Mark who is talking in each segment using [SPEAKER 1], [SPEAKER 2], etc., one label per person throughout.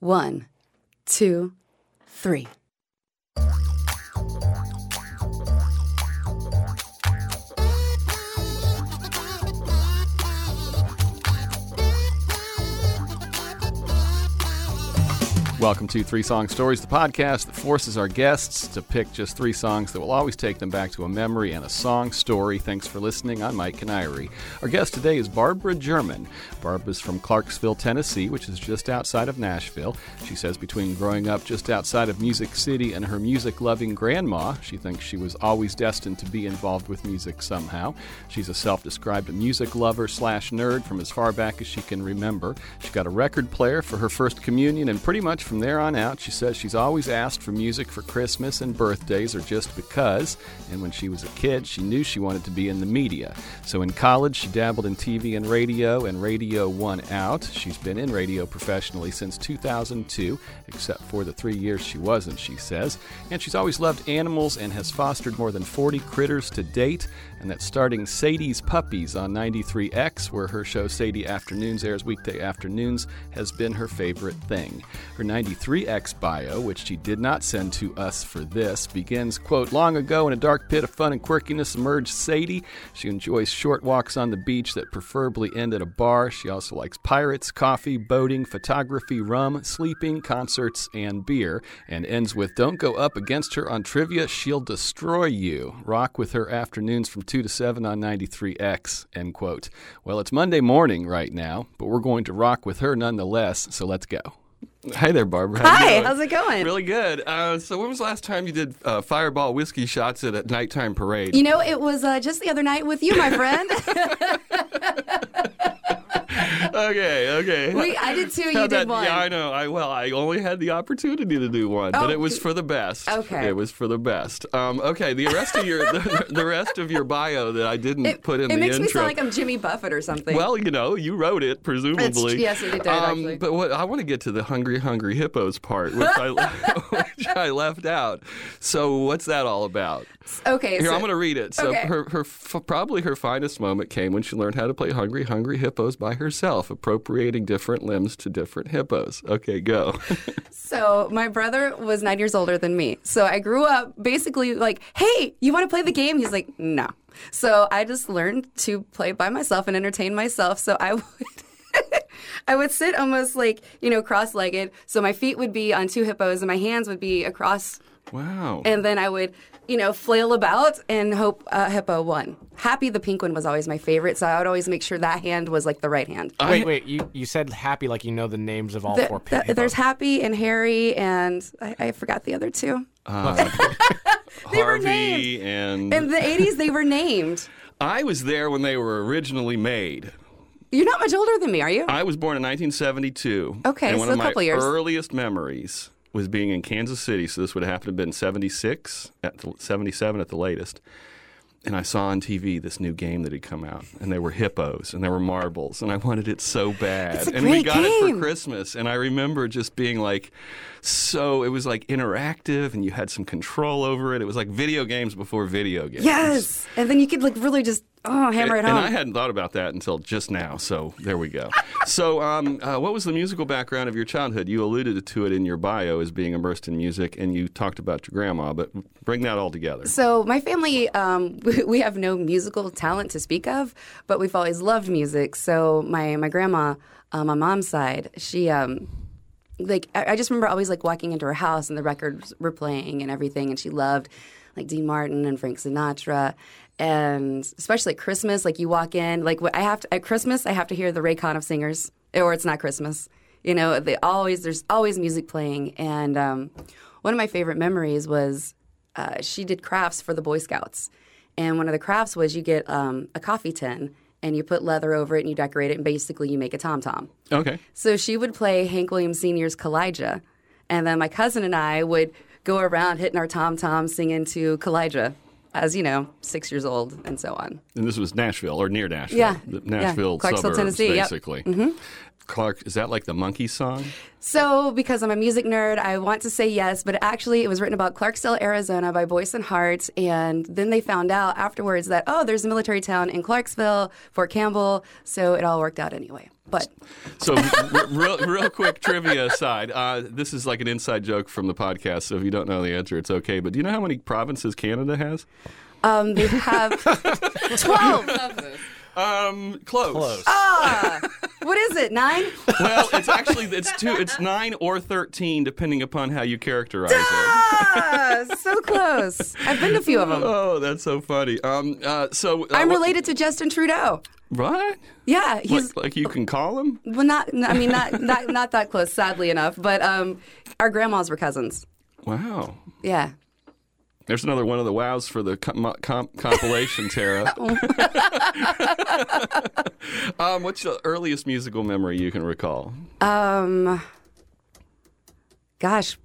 [SPEAKER 1] One, two, three.
[SPEAKER 2] Welcome to Three Song Stories, the podcast that forces our guests to pick just three songs that will always take them back to a memory and a song story. Thanks for listening. I'm Mike Canary. Our guest today is Barbara German. Barbara's from Clarksville, Tennessee, which is just outside of Nashville. She says between growing up just outside of Music City and her music loving grandma, she thinks she was always destined to be involved with music somehow. She's a self described music lover slash nerd from as far back as she can remember. She got a record player for her first communion, and pretty much from there on out, she says she's always asked for music for Christmas and birthdays or just because. And when she was a kid, she knew she wanted to be in the media. So in college, she dabbled in TV and radio, and Radio 1 out. She's been in radio professionally since 2002, except for the three years she wasn't, she says. And she's always loved animals and has fostered more than 40 critters to date. And that's starting Sadie's Puppies on 93X, where her show Sadie Afternoons airs weekday afternoons, has been her favorite thing. Her 93X bio, which she did not send to us for this, begins, quote, long ago in a dark pit of fun and quirkiness emerged Sadie. She enjoys short walks on the beach that preferably end at a bar. She also likes pirates, coffee, boating, photography, rum, sleeping, concerts, and beer. And ends with, don't go up against her on trivia, she'll destroy you. Rock with her afternoons from 2 to 7 on 93X, end quote. Well, it's Monday morning right now, but we're going to rock with her nonetheless, so let's go. Hey there, Barbara. How you
[SPEAKER 1] Hi,
[SPEAKER 2] doing?
[SPEAKER 1] how's it going?
[SPEAKER 3] Really good. Uh, so when was the last time you did uh, fireball whiskey shots at a nighttime parade?
[SPEAKER 1] You know, it was uh, just the other night with you, my friend.
[SPEAKER 3] okay, okay.
[SPEAKER 1] we, I did two, you
[SPEAKER 3] How'd
[SPEAKER 1] did
[SPEAKER 3] that-
[SPEAKER 1] one.
[SPEAKER 3] Yeah, I know. I well, I only had the opportunity to do one, but
[SPEAKER 1] Oh,
[SPEAKER 3] it was for the best.
[SPEAKER 1] okay.
[SPEAKER 3] it was for the best. Um, okay, the rest of your the, the rest of your bio that I didn't
[SPEAKER 1] it
[SPEAKER 3] put in
[SPEAKER 1] it
[SPEAKER 3] the
[SPEAKER 1] makes
[SPEAKER 3] intro.
[SPEAKER 1] me sound like I'm Jimmy Buffett or something.
[SPEAKER 3] well, you know, you wrote it, presumably. Um,
[SPEAKER 1] yes, I did, actually.
[SPEAKER 3] But what I want to get to the hungry, hungry hippos part, which I, which I left out. So, what's that all about?
[SPEAKER 1] okay,
[SPEAKER 3] Here,
[SPEAKER 1] so
[SPEAKER 3] I'm going to read it. So,
[SPEAKER 1] Okay.
[SPEAKER 3] her, her f- probably her finest moment came when she learned how to play Hungry Hungry Hippos by herself, appropriating different limbs to different hippos. Okay, go.
[SPEAKER 1] So my brother was nine years older than me. So I grew up basically like, hey, you want to play the game? He's like, no. So I just learned to play by myself and entertain myself. So I would. I would sit almost like, you know, cross legged. So my feet would be on two hippos and my hands would be across.
[SPEAKER 3] wow.
[SPEAKER 1] And then I would, you know, flail about and hope a hippo won. Happy the pink one was always my favorite. So I would always make sure that hand was like the right hand.
[SPEAKER 3] Uh,
[SPEAKER 4] Wait, wait. You, you said happy like you know the names of all
[SPEAKER 1] The-
[SPEAKER 4] four
[SPEAKER 1] the-
[SPEAKER 4] people.
[SPEAKER 1] there's Happy and Harry, and I, I forgot the other two. they were
[SPEAKER 3] Harvey and,
[SPEAKER 1] In the 80s, they were named.
[SPEAKER 3] I was there when they were originally made.
[SPEAKER 1] You're not much older than me, are you?
[SPEAKER 3] I was born in 1972.
[SPEAKER 1] Okay,
[SPEAKER 3] and one
[SPEAKER 1] so a
[SPEAKER 3] of my
[SPEAKER 1] couple years.
[SPEAKER 3] earliest memories was being in Kansas City. So this would happen to have been 76 at the, 77 at the latest. And I saw on TV this new game that had come out, and there were hippos and there were marbles, and I wanted it so bad.
[SPEAKER 1] It's a
[SPEAKER 3] and we
[SPEAKER 1] great
[SPEAKER 3] got it
[SPEAKER 1] game.
[SPEAKER 3] for Christmas, and I remember just being like, so it was like interactive, and you had some control over it. It was like video games before video games.
[SPEAKER 1] yes. And then you could like really just oh hammer it,
[SPEAKER 3] And
[SPEAKER 1] home.
[SPEAKER 3] I hadn't thought about that until just now. So there we go. so, um, uh, what was the musical background of your childhood? You alluded to it in your bio as being immersed in music, and you talked about your grandma. But bring that all together.
[SPEAKER 1] so my family, um, we, we have no musical talent to speak of, but we've always loved music. So my my grandma, uh, my mom's side, she. Um, like I, I just remember always like walking into her house and the records were playing and everything, and she loved like Dean Martin and Frank Sinatra, and especially at Christmas, like you walk in, like wh- I have to, at Christmas I have to hear the Raycon of singers, or it's not Christmas. You know, they always there's always music playing, and um, one of my favorite memories was uh, she did crafts for the Boy Scouts, and one of the crafts was you get um, a coffee tin and you put leather over it and you decorate it, and basically you make a tom tom.
[SPEAKER 3] Okay.
[SPEAKER 1] So she would play Hank Williams Sr.'s Kalijah. And then my cousin and I would go around hitting our tom tom singing to Kalijah as, you know, six years old and so on.
[SPEAKER 3] And this was Nashville or near Nashville.
[SPEAKER 1] Yeah,
[SPEAKER 3] The
[SPEAKER 1] yeah,
[SPEAKER 3] Nashville
[SPEAKER 1] Clarksville,
[SPEAKER 3] suburbs,
[SPEAKER 1] Tennessee, yep. Mm-hmm.
[SPEAKER 3] basically. Clark, is that like the monkey song?
[SPEAKER 1] So, because I'm a music nerd, I want to say yes, but actually, it was written about Clarksdale, Arizona by Boyce and Hart. And then they found out afterwards that, oh, there's a military town in Clarksville, Fort Campbell. So it all worked out anyway. But
[SPEAKER 3] So, r- real, real quick trivia aside, uh, this is like an inside joke from the podcast. So, if you don't know the answer, it's okay. But do you know how many provinces Canada has?
[SPEAKER 1] um, they have 12.
[SPEAKER 3] Um, close.
[SPEAKER 4] Close.
[SPEAKER 1] Ah, What is it, nine?
[SPEAKER 3] Well, it's actually it's two. It's nine or thirteen, depending upon how you characterize it.
[SPEAKER 1] Ah, so close. I've been to a few of them.
[SPEAKER 3] Oh, that's so funny. Um, uh, so uh,
[SPEAKER 1] I'm
[SPEAKER 3] what-
[SPEAKER 1] related to Justin Trudeau.
[SPEAKER 3] What?
[SPEAKER 1] Yeah, he's
[SPEAKER 3] Like, like you can call him?
[SPEAKER 1] well, not. I mean, not not not that close, sadly enough. But um, our grandmas were cousins.
[SPEAKER 3] Wow.
[SPEAKER 1] Yeah.
[SPEAKER 3] There's another one of the wows for the com- com- compilation, Tara. um, what's the earliest musical memory you can recall?
[SPEAKER 1] Um, gosh,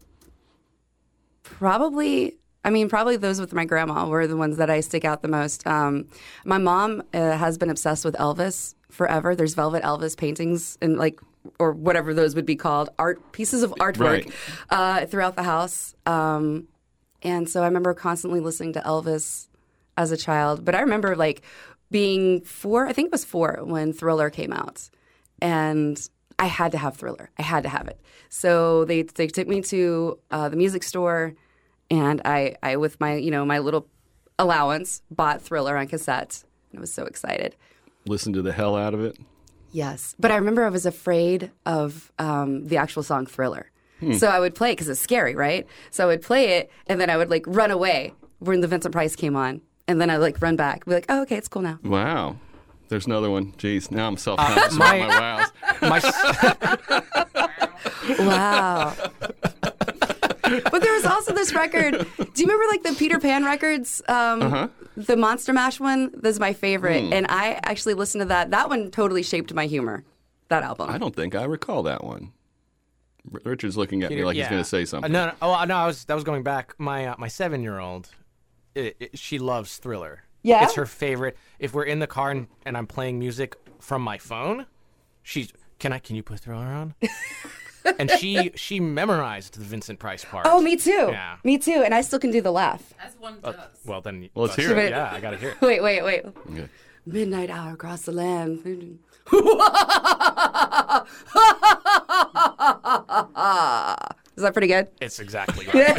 [SPEAKER 1] probably. I mean, probably those with my grandma were the ones that I stick out the most. Um, my mom uh, has been obsessed with Elvis forever. There's Velvet Elvis paintings and like, or whatever those would be called, art pieces of artwork
[SPEAKER 3] Right.
[SPEAKER 1] uh, throughout the house. Um, and so I remember constantly listening to Elvis as a child. But I remember like being four, I think it was four when Thriller came out. And I had to have Thriller. I had to have it. So they, they took me to uh, the music store and I, I, with my, you know, my little allowance, bought Thriller on cassette. And I was so excited.
[SPEAKER 3] Listen to the hell out of it.
[SPEAKER 1] Yes, but I remember I was afraid of um, the actual song Thriller. So I would play it because it's scary, right? So I would play it, and then I would like run away when the Vincent Price came on, and then I like run back, be like, "Oh, okay, it's cool now."
[SPEAKER 3] Wow. There's another one. Jeez, now I'm self conscious
[SPEAKER 4] Uh, my-
[SPEAKER 3] about my wows.
[SPEAKER 4] My s-
[SPEAKER 1] Wow. but there was also this record. Do you remember like the Peter Pan records? Um, The Monster Mash one. This is my favorite, and I actually listened to that. That one totally shaped my humor. That album.
[SPEAKER 3] I don't think I recall that one. R- Richard's looking at me like
[SPEAKER 4] yeah.
[SPEAKER 3] he's going to say something.
[SPEAKER 4] No, no, oh no, I was that was going back. My uh, my seven year old, i i she loves Thriller.
[SPEAKER 1] Yeah?
[SPEAKER 4] it's her favorite. If we're in the car and, and I'm playing music from my phone, she's can I can you put Thriller on? and she she memorized the Vincent Price part.
[SPEAKER 1] Oh, me too.
[SPEAKER 4] Yeah.
[SPEAKER 1] Me too. And I still can do the laugh.
[SPEAKER 5] As one does.
[SPEAKER 4] Well then,
[SPEAKER 3] Well, let's hear it.
[SPEAKER 4] Yeah, I gotta hear it.
[SPEAKER 1] Wait, wait, wait.
[SPEAKER 3] Okay.
[SPEAKER 1] Midnight hour across the land. Is that pretty good?
[SPEAKER 4] It's exactly.
[SPEAKER 1] if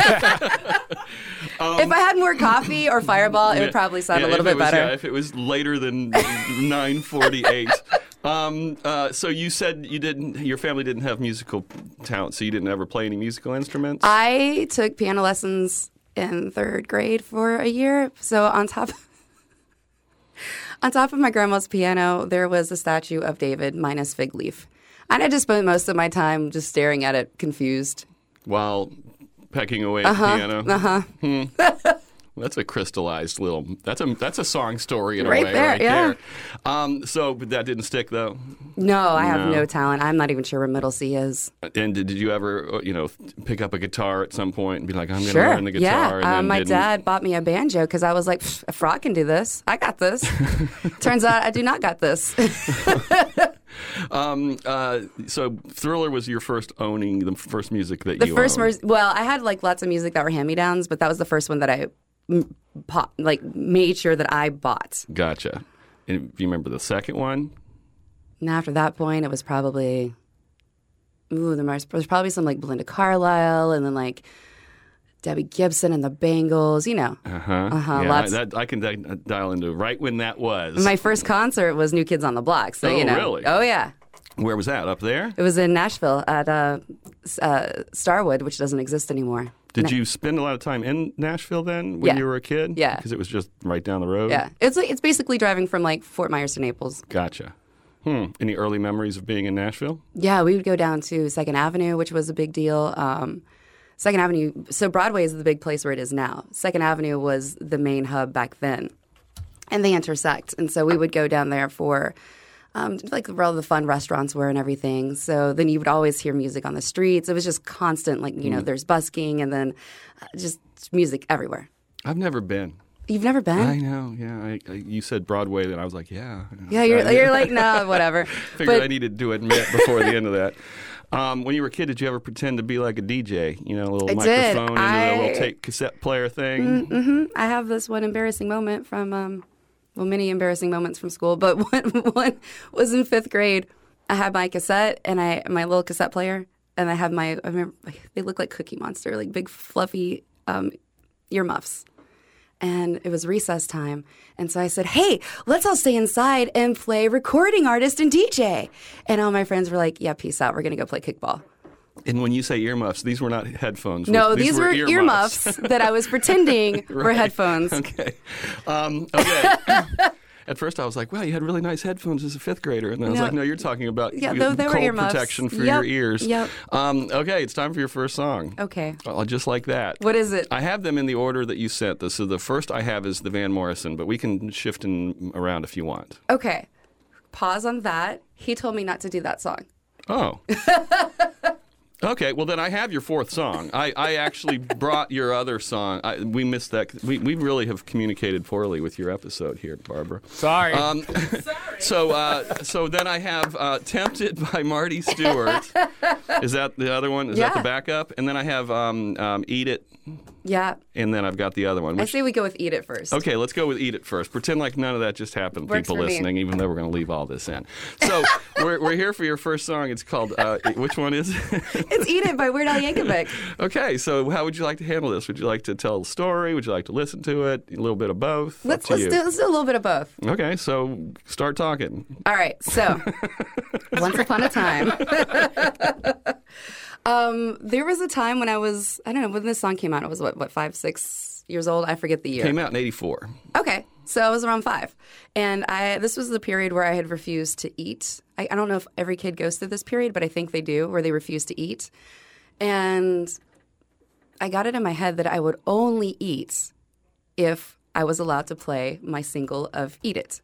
[SPEAKER 1] I had more coffee or Fireball, it would probably sound
[SPEAKER 3] Um,
[SPEAKER 1] a
[SPEAKER 3] Yeah,
[SPEAKER 1] little
[SPEAKER 3] if
[SPEAKER 1] bit
[SPEAKER 3] it was-
[SPEAKER 1] better.
[SPEAKER 3] Yeah, if it was later than 9:48. um, uh, so you said you didn't, your family didn't have musical talent, so you didn't ever play any musical instruments.
[SPEAKER 1] Uh-huh. I took piano lessons in third grade for a year. So on top on top of my grandma's piano, there was a statue of David minus fig leaf. And I just spent most of my time just staring at it, confused.
[SPEAKER 3] while pecking away at
[SPEAKER 1] Uh-huh.
[SPEAKER 3] the piano. Uh huh. That's a crystallized little. That's a that's a song story in
[SPEAKER 1] Right
[SPEAKER 3] a way,
[SPEAKER 1] there,
[SPEAKER 3] right
[SPEAKER 1] yeah.
[SPEAKER 3] there. Um, so but that didn't stick though.
[SPEAKER 1] No, I have
[SPEAKER 3] No.
[SPEAKER 1] no talent. I'm not even sure where middle C is.
[SPEAKER 3] And did, did you ever, uh, you know, pick up a guitar at some point and be like, I'm going to
[SPEAKER 1] Sure.
[SPEAKER 3] learn the guitar?
[SPEAKER 1] yeah.
[SPEAKER 3] And
[SPEAKER 1] Uh,
[SPEAKER 3] then
[SPEAKER 1] my
[SPEAKER 3] didn't?
[SPEAKER 1] dad bought me a banjo because I was like, "Pfft, a frog can do this. I got this. Turns out I do not got this.
[SPEAKER 3] Um, uh, so Thriller was your first owning the first music that
[SPEAKER 1] the
[SPEAKER 3] you
[SPEAKER 1] first,
[SPEAKER 3] owned.
[SPEAKER 1] mer- well, I had like lots of music that were hand me downs, but that was the first one that I m- po- like made sure that I bought.
[SPEAKER 3] Gotcha. And do you remember the second one?
[SPEAKER 1] And after that point, it was probably, ooh, there was, there was probably some like Belinda Carlisle and then like Debbie Gibson and the Bangles, you know.
[SPEAKER 3] Uh-huh.
[SPEAKER 1] Uh-huh,
[SPEAKER 3] Yeah,
[SPEAKER 1] lots.
[SPEAKER 3] I, that, I can di- uh, dial into right when that was.
[SPEAKER 1] My first concert was New Kids on the Block. So,
[SPEAKER 3] Oh,
[SPEAKER 1] you know.
[SPEAKER 3] really?
[SPEAKER 1] Oh, yeah.
[SPEAKER 3] Where was that? Up there?
[SPEAKER 1] It was in Nashville at uh, S- uh, Starwood, which doesn't exist anymore.
[SPEAKER 3] Did you spend a lot of time in Nashville then when
[SPEAKER 1] Yeah.
[SPEAKER 3] you were a kid?
[SPEAKER 1] Yeah.
[SPEAKER 3] Because it was just right down the road?
[SPEAKER 1] Yeah, it's like, it's basically driving from like Fort Myers to Naples.
[SPEAKER 3] Gotcha. Hmm. Any early memories of being in Nashville?
[SPEAKER 1] Yeah, we would go down to Second Avenue, which was a big deal. Um, Second Avenue, so Broadway is the big place where it is now. Second Avenue was the main hub back then, and they intersect, and so we would go down there for. Um, like where all the fun restaurants were and everything. So then you would always hear music on the streets. It was just constant, like, you know, there's busking and then uh, just music everywhere.
[SPEAKER 3] I've never been.
[SPEAKER 1] You've never been?
[SPEAKER 3] I know. Yeah, I, I, you said Broadway, then I was like, yeah.
[SPEAKER 1] yeah, you're,
[SPEAKER 3] I
[SPEAKER 1] you're like, nah, whatever.
[SPEAKER 3] figured I needed to admit before the end of that. Um, when you were a kid, did you ever pretend to be like a DJ? You know, a little
[SPEAKER 1] I did.
[SPEAKER 3] microphone and a
[SPEAKER 1] I-
[SPEAKER 3] little tape cassette player thing.
[SPEAKER 1] hmm I have this one embarrassing moment from, um, well, many embarrassing moments from school, but one, one was in fifth grade. I had my cassette and I my little cassette player, and I had my I remember they look like Cookie Monster, like big fluffy um, earmuffs. And it was recess time. And so I said, Hey, let's all stay inside and play recording artist and DJ. And all my friends were like, Yeah, peace out. We're going to go play kickball.
[SPEAKER 3] And when you say earmuffs, these were not headphones.
[SPEAKER 1] No, these, were, earmuffs. that I was pretending were
[SPEAKER 3] Right.
[SPEAKER 1] headphones.
[SPEAKER 3] okay. Um, okay. At first, I was like, "Wow, you had really nice headphones as a fifth grader," and then I was
[SPEAKER 1] No.
[SPEAKER 3] like, "No, you're talking about
[SPEAKER 1] Yeah,
[SPEAKER 3] you-
[SPEAKER 1] tho- they were
[SPEAKER 3] cold
[SPEAKER 1] earmuffs.
[SPEAKER 3] protection for
[SPEAKER 1] Yep,
[SPEAKER 3] your ears."
[SPEAKER 1] yep.
[SPEAKER 3] Um, okay, it's time for your first song.
[SPEAKER 1] Okay.
[SPEAKER 3] Oh, just like that.
[SPEAKER 1] What is it?
[SPEAKER 3] I have them in the order that you sent this. So the first I have is the Van Morrison, but we can shift them around if you want.
[SPEAKER 1] Okay. Pause on that. He told me not to do that song.
[SPEAKER 3] Oh. okay. Well, then I have your fourth song. I, I actually brought your other song. I, we missed that. We, we really have communicated poorly with your episode here, Barbara.
[SPEAKER 4] Sorry.
[SPEAKER 3] Um, so uh, so then I have uh, "Tempted" by Marty Stewart. Is that the other one? Is that
[SPEAKER 1] Yeah.
[SPEAKER 3] the backup? And then I have um, um, "Eat It,"
[SPEAKER 1] Yeah.
[SPEAKER 3] and then I've got the other one.
[SPEAKER 1] I
[SPEAKER 3] Which,
[SPEAKER 1] say we go with Eat It first.
[SPEAKER 3] okay, let's go with "Eat It" first. Pretend like none of that just happened.
[SPEAKER 1] Works
[SPEAKER 3] people
[SPEAKER 1] for me.
[SPEAKER 3] listening, even though we're going to leave all this in. So we're, we're here for your first song. It's called. Uh, which one is? it?
[SPEAKER 1] It's Eat It by Weird Al Yankovic.
[SPEAKER 3] okay. So how would you like to handle this? Would you like to tell the story? Would you like to listen to it? A little bit of both. Up
[SPEAKER 1] Let's,
[SPEAKER 3] to
[SPEAKER 1] let's,
[SPEAKER 3] you.
[SPEAKER 1] do, let's do a little bit of both.
[SPEAKER 3] Okay. So start talking.
[SPEAKER 1] All right. So, once upon a time, um, there was a time when I was, I don't know, when this song came out, I was what, what, five, six years old? I forget the year.
[SPEAKER 3] Came out in '84.
[SPEAKER 1] Okay, so I was around five, and I this was the period where I had refused to eat. I, I don't know if every kid goes through this period, but I think they do, where they refuse to eat. And I got it in my head that I would only eat if I was allowed to play my single of "Eat It."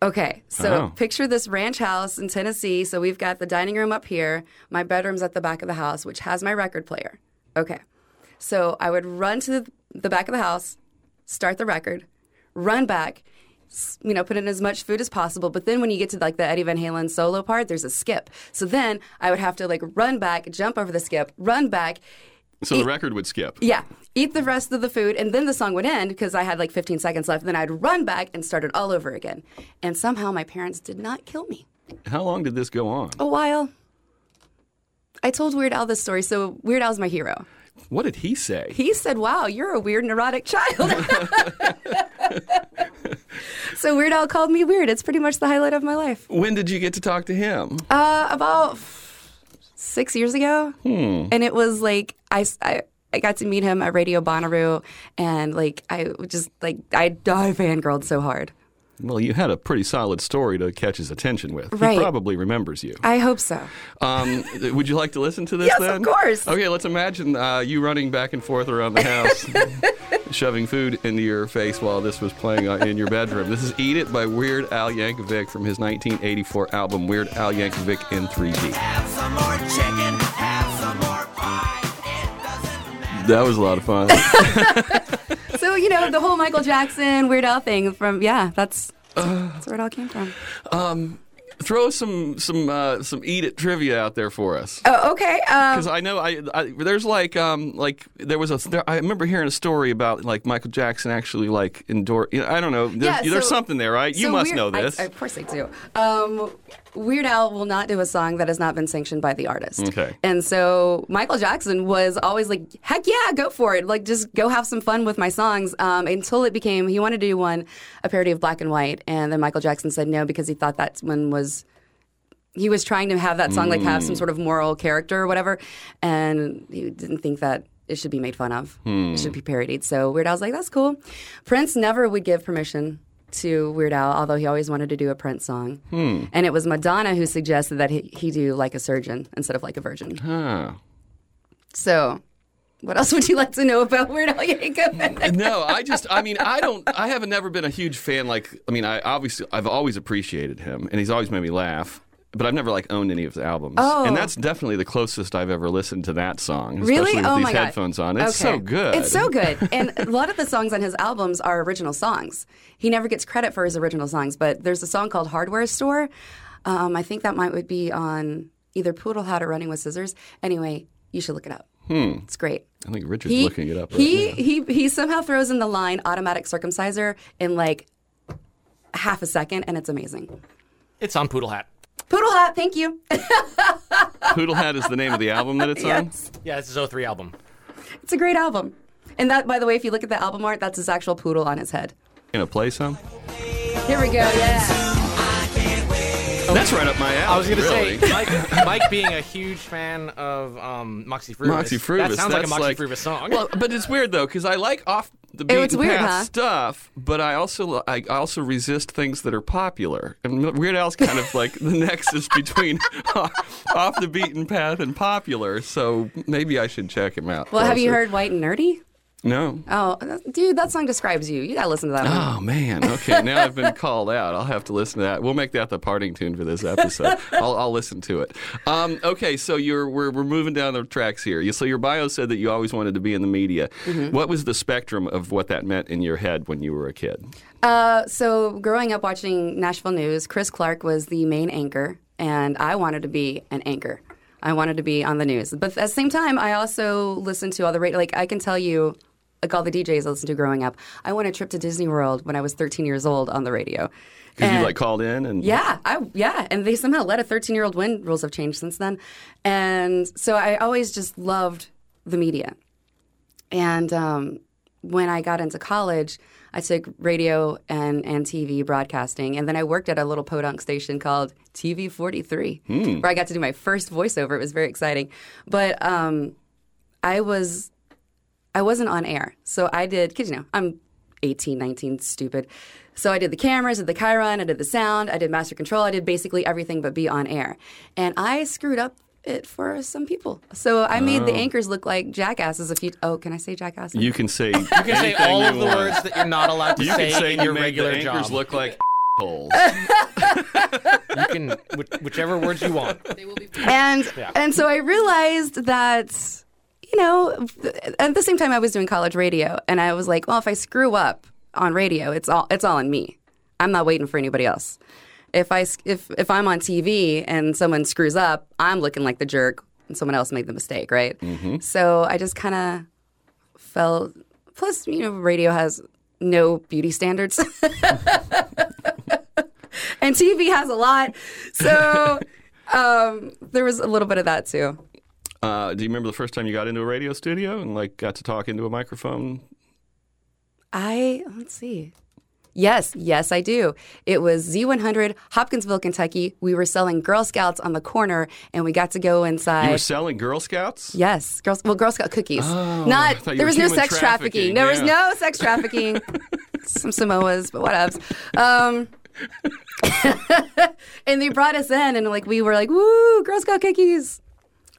[SPEAKER 1] Okay, so
[SPEAKER 3] Oh.
[SPEAKER 1] picture this ranch house in Tennessee. So we've got the dining room up here, my bedroom's at the back of the house, which has my record player. Okay, so I would run to the, the back of the house, start the record, run back, s- you know, put in as much food as possible. But then when you get to like the Eddie Van Halen solo part, there's a skip. So then I would have to like run back, jump over the skip, run back,
[SPEAKER 3] So
[SPEAKER 1] E-
[SPEAKER 3] the record would skip.
[SPEAKER 1] yeah. Eat the rest of the food, and then the song would end because I had like 15 seconds left. And then I'd run back and start it all over again. And somehow my parents did not kill me.
[SPEAKER 3] How long did this go on?
[SPEAKER 1] A while. I told Weird Al this story, so Weird Al's my hero.
[SPEAKER 3] What did he say?
[SPEAKER 1] He said, Wow, you're a weird, neurotic child. so Weird Al called me weird. It's pretty much the highlight of my life.
[SPEAKER 3] when did you get to talk to him?
[SPEAKER 1] Uh, about f- six years ago. And it was like, I. s- I- I got to meet him at Radio Bonnaroo, and like I just like I I fangirled so hard.
[SPEAKER 3] well, you had a pretty solid story to catch his attention with.
[SPEAKER 1] Right.
[SPEAKER 3] He probably remembers you.
[SPEAKER 1] I hope so.
[SPEAKER 3] Um, th- would you like to listen to this
[SPEAKER 1] Yes, of
[SPEAKER 3] then?
[SPEAKER 1] course.
[SPEAKER 3] Okay, let's imagine uh, you running back and forth around the house, shoving food into your face while this was playing on- in your bedroom. This is Eat It by Weird Al Yankovic from his 1984 album, Weird Al Yankovic in 3D.
[SPEAKER 5] Have some more chicken, have some more pie. It doesn't matter.
[SPEAKER 3] That was a lot of fun.
[SPEAKER 1] So you know the whole Michael Jackson Weird Al thing from yeah that's that's where it all came from.
[SPEAKER 3] Throw some some uh, some Eat It trivia out there for us.
[SPEAKER 1] Oh, okay. Um,
[SPEAKER 3] Because I know I, I there's like um like there was a there, I remember hearing a story about like Michael Jackson actually like endor you know, I don't know there's,
[SPEAKER 1] Yeah,
[SPEAKER 3] there's
[SPEAKER 1] so-
[SPEAKER 3] something there right you
[SPEAKER 1] so
[SPEAKER 3] must
[SPEAKER 1] Weird-
[SPEAKER 3] know this
[SPEAKER 1] I, of course I do. Um, Weird Al will not do a song that has not been sanctioned by the artist.
[SPEAKER 3] Okay.
[SPEAKER 1] And so Michael Jackson was always like, heck yeah, go for it. Like, just go have some fun with my songs um, until it became, he wanted to do one, a parody of Black and White. And then Michael Jackson said no because he thought that one was. He was trying to have that song like have some sort of moral character or whatever, and he didn't think that it should be made fun of. It should be parodied. So Weird Al's like, "That's cool." Prince never would give permission to Weird Al, although he always wanted to do a Prince song. And it was Madonna who suggested that he, he do like a surgeon instead of like a virgin.
[SPEAKER 3] Huh.
[SPEAKER 1] So, what else would you like to know about Weird Al Yankovic?
[SPEAKER 3] no I just I mean I don't I haven't never been a huge fan like I mean I obviously I've always appreciated him and he's always made me laugh but I've never like owned any of his albums.
[SPEAKER 1] Oh.
[SPEAKER 3] And that's definitely the closest I've ever listened to that song.
[SPEAKER 1] Really?
[SPEAKER 3] Especially with
[SPEAKER 1] oh
[SPEAKER 3] these
[SPEAKER 1] my god!
[SPEAKER 3] headphones on. It's
[SPEAKER 1] Okay.
[SPEAKER 3] so good.
[SPEAKER 1] It's so good, and a lot of the songs on his albums are original songs. He never gets credit for his original songs, but there's a song called "Hardware Store." Um, I think that might would be on either Poodle Hat or Running with Scissors. Anyway, you should look it up. Hmm. It's great.
[SPEAKER 3] I think Richard's looking it up. Right
[SPEAKER 1] he,
[SPEAKER 3] now.
[SPEAKER 1] he he somehow throws in the line "automatic circumciser" in like half a second, and it's amazing.
[SPEAKER 4] It's on Poodle Hat.
[SPEAKER 1] Poodle Hat, thank you.
[SPEAKER 3] Poodle Hat is the name of the album that it's on.
[SPEAKER 1] Yes.
[SPEAKER 4] Yeah, this is 03 album.
[SPEAKER 1] It's a great album. And that, by the way, if you look at the album art, that's his actual poodle on his head.
[SPEAKER 3] Gonna play some.
[SPEAKER 1] Here we go. Yeah. Oh.
[SPEAKER 3] That's right up my alley.
[SPEAKER 4] I was gonna
[SPEAKER 3] really.
[SPEAKER 4] say Mike, Mike being a huge fan of um, Moxie Fruvis.
[SPEAKER 3] Moxie Fruvis.
[SPEAKER 4] That sounds like a
[SPEAKER 3] that's
[SPEAKER 4] Moxie Fruvis song.
[SPEAKER 3] Well, but it's weird though because I like off the beaten
[SPEAKER 1] it's weird,
[SPEAKER 3] path
[SPEAKER 1] huh?
[SPEAKER 3] stuff, but I also I also resist things that are popular. And Weird Al's kind of like the nexus between off the beaten path and popular. So maybe I should check him out.
[SPEAKER 1] Well, have you
[SPEAKER 3] closer.
[SPEAKER 1] heard White and Nerdy?
[SPEAKER 3] No.
[SPEAKER 1] Oh, that- dude, that song describes you. You gotta listen to that one.
[SPEAKER 3] Oh man. Okay, now I've been called out. I'll have to listen to that. We'll make that the parting tune for this episode. I'll, I'll listen to it. Um, okay, so you're we're, we're moving down the tracks here. You, so your bio said that you always wanted to be in the media.
[SPEAKER 4] Mm-hmm.
[SPEAKER 3] What was the spectrum of what that meant in your head when you were a kid?
[SPEAKER 1] Uh, so, growing up watching Nashville News, Chris Clark was the main anchor, and I wanted to be an anchor. I wanted to be on the news. But at the same time, I also listened to all the radio. Like, I can tell you, like all the DJs I listened to growing up, I won a trip to Disney World when I was 13 years old on the radio.
[SPEAKER 3] Because you
[SPEAKER 1] And-
[SPEAKER 3] like called in and
[SPEAKER 1] Yeah, I yeah, and they somehow let a 13 year old win. Rules have changed since then, and so I always just loved the media. And um, when I got into college, I took radio and and TV broadcasting, and then I worked at a little podunk station called TV 43, where I got to do my first voiceover. It was very exciting, but um, I was I wasn't on air. So I did, because, you know, I'm 18, 19, stupid. So I did the cameras, I did the Chiron, I did the sound, I did master control, I did basically everything but be on air. And I screwed up it for some people. So I made the anchors look like jackasses. If you, oh, can I say jackasses?
[SPEAKER 3] you can say you can
[SPEAKER 4] you can say all of the
[SPEAKER 3] want.
[SPEAKER 4] words that you're not allowed to
[SPEAKER 3] You
[SPEAKER 4] say,
[SPEAKER 3] can say
[SPEAKER 4] in
[SPEAKER 3] you
[SPEAKER 4] your
[SPEAKER 3] made
[SPEAKER 4] regular
[SPEAKER 3] the anchors
[SPEAKER 4] job.
[SPEAKER 3] look like holes.
[SPEAKER 4] You can whi- whichever words you want.
[SPEAKER 1] and and so I realized that you know at the same time I was doing college radio and I was like, well, if I screw up on radio, it's all it's all on me. I'm not waiting for anybody else. If I s- if if I'm on TV and someone screws up, I'm looking like the jerk and someone else made the mistake, right? So I just kind of felt plus you know radio has no beauty standards and tv has a lot so um, there was a little bit of that too
[SPEAKER 3] Uh, do you remember the first time you got into a radio studio and like got to talk into a microphone?
[SPEAKER 1] i let's see yes yes i do it was z100 hopkinsville kentucky we were selling girl scouts on the corner and we got to go inside
[SPEAKER 3] You were selling Girl Scouts.
[SPEAKER 1] Yes, girls. Well, Girl Scout cookies.
[SPEAKER 3] Oh, I
[SPEAKER 1] Not
[SPEAKER 3] thought you
[SPEAKER 1] there
[SPEAKER 3] were
[SPEAKER 1] was no
[SPEAKER 3] human
[SPEAKER 1] sex trafficking.
[SPEAKER 3] trafficking,
[SPEAKER 1] There was
[SPEAKER 3] yeah.
[SPEAKER 1] no sex trafficking. Some Samoas, but whatevs. Um, and they brought us in, and like we were like, "Woo, Girl Scout cookies."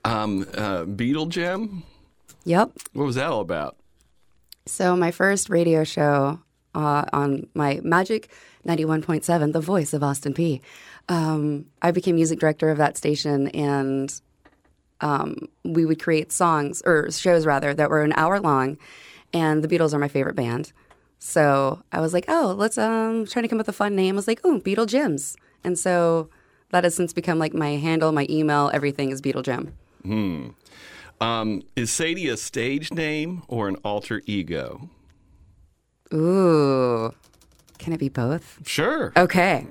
[SPEAKER 3] Um, uh, Beetle Jam.
[SPEAKER 1] Yep.
[SPEAKER 3] What was that all about?
[SPEAKER 1] So my first radio show uh, on my Magic 91.7, the voice of Austin P. Um, I became music director of that station, and um, we would create songs or shows rather that were an hour long. And the Beatles are my favorite band, so I was like, oh, let's um trying to come up with a fun name. I was like, oh, Beatle Gyms, and so that has since become like my handle, my email, everything is Beatle Gym.
[SPEAKER 3] Um, is Sadie a stage name or an alter ego?
[SPEAKER 1] Ooh, can it be both?
[SPEAKER 3] Sure.
[SPEAKER 1] Okay.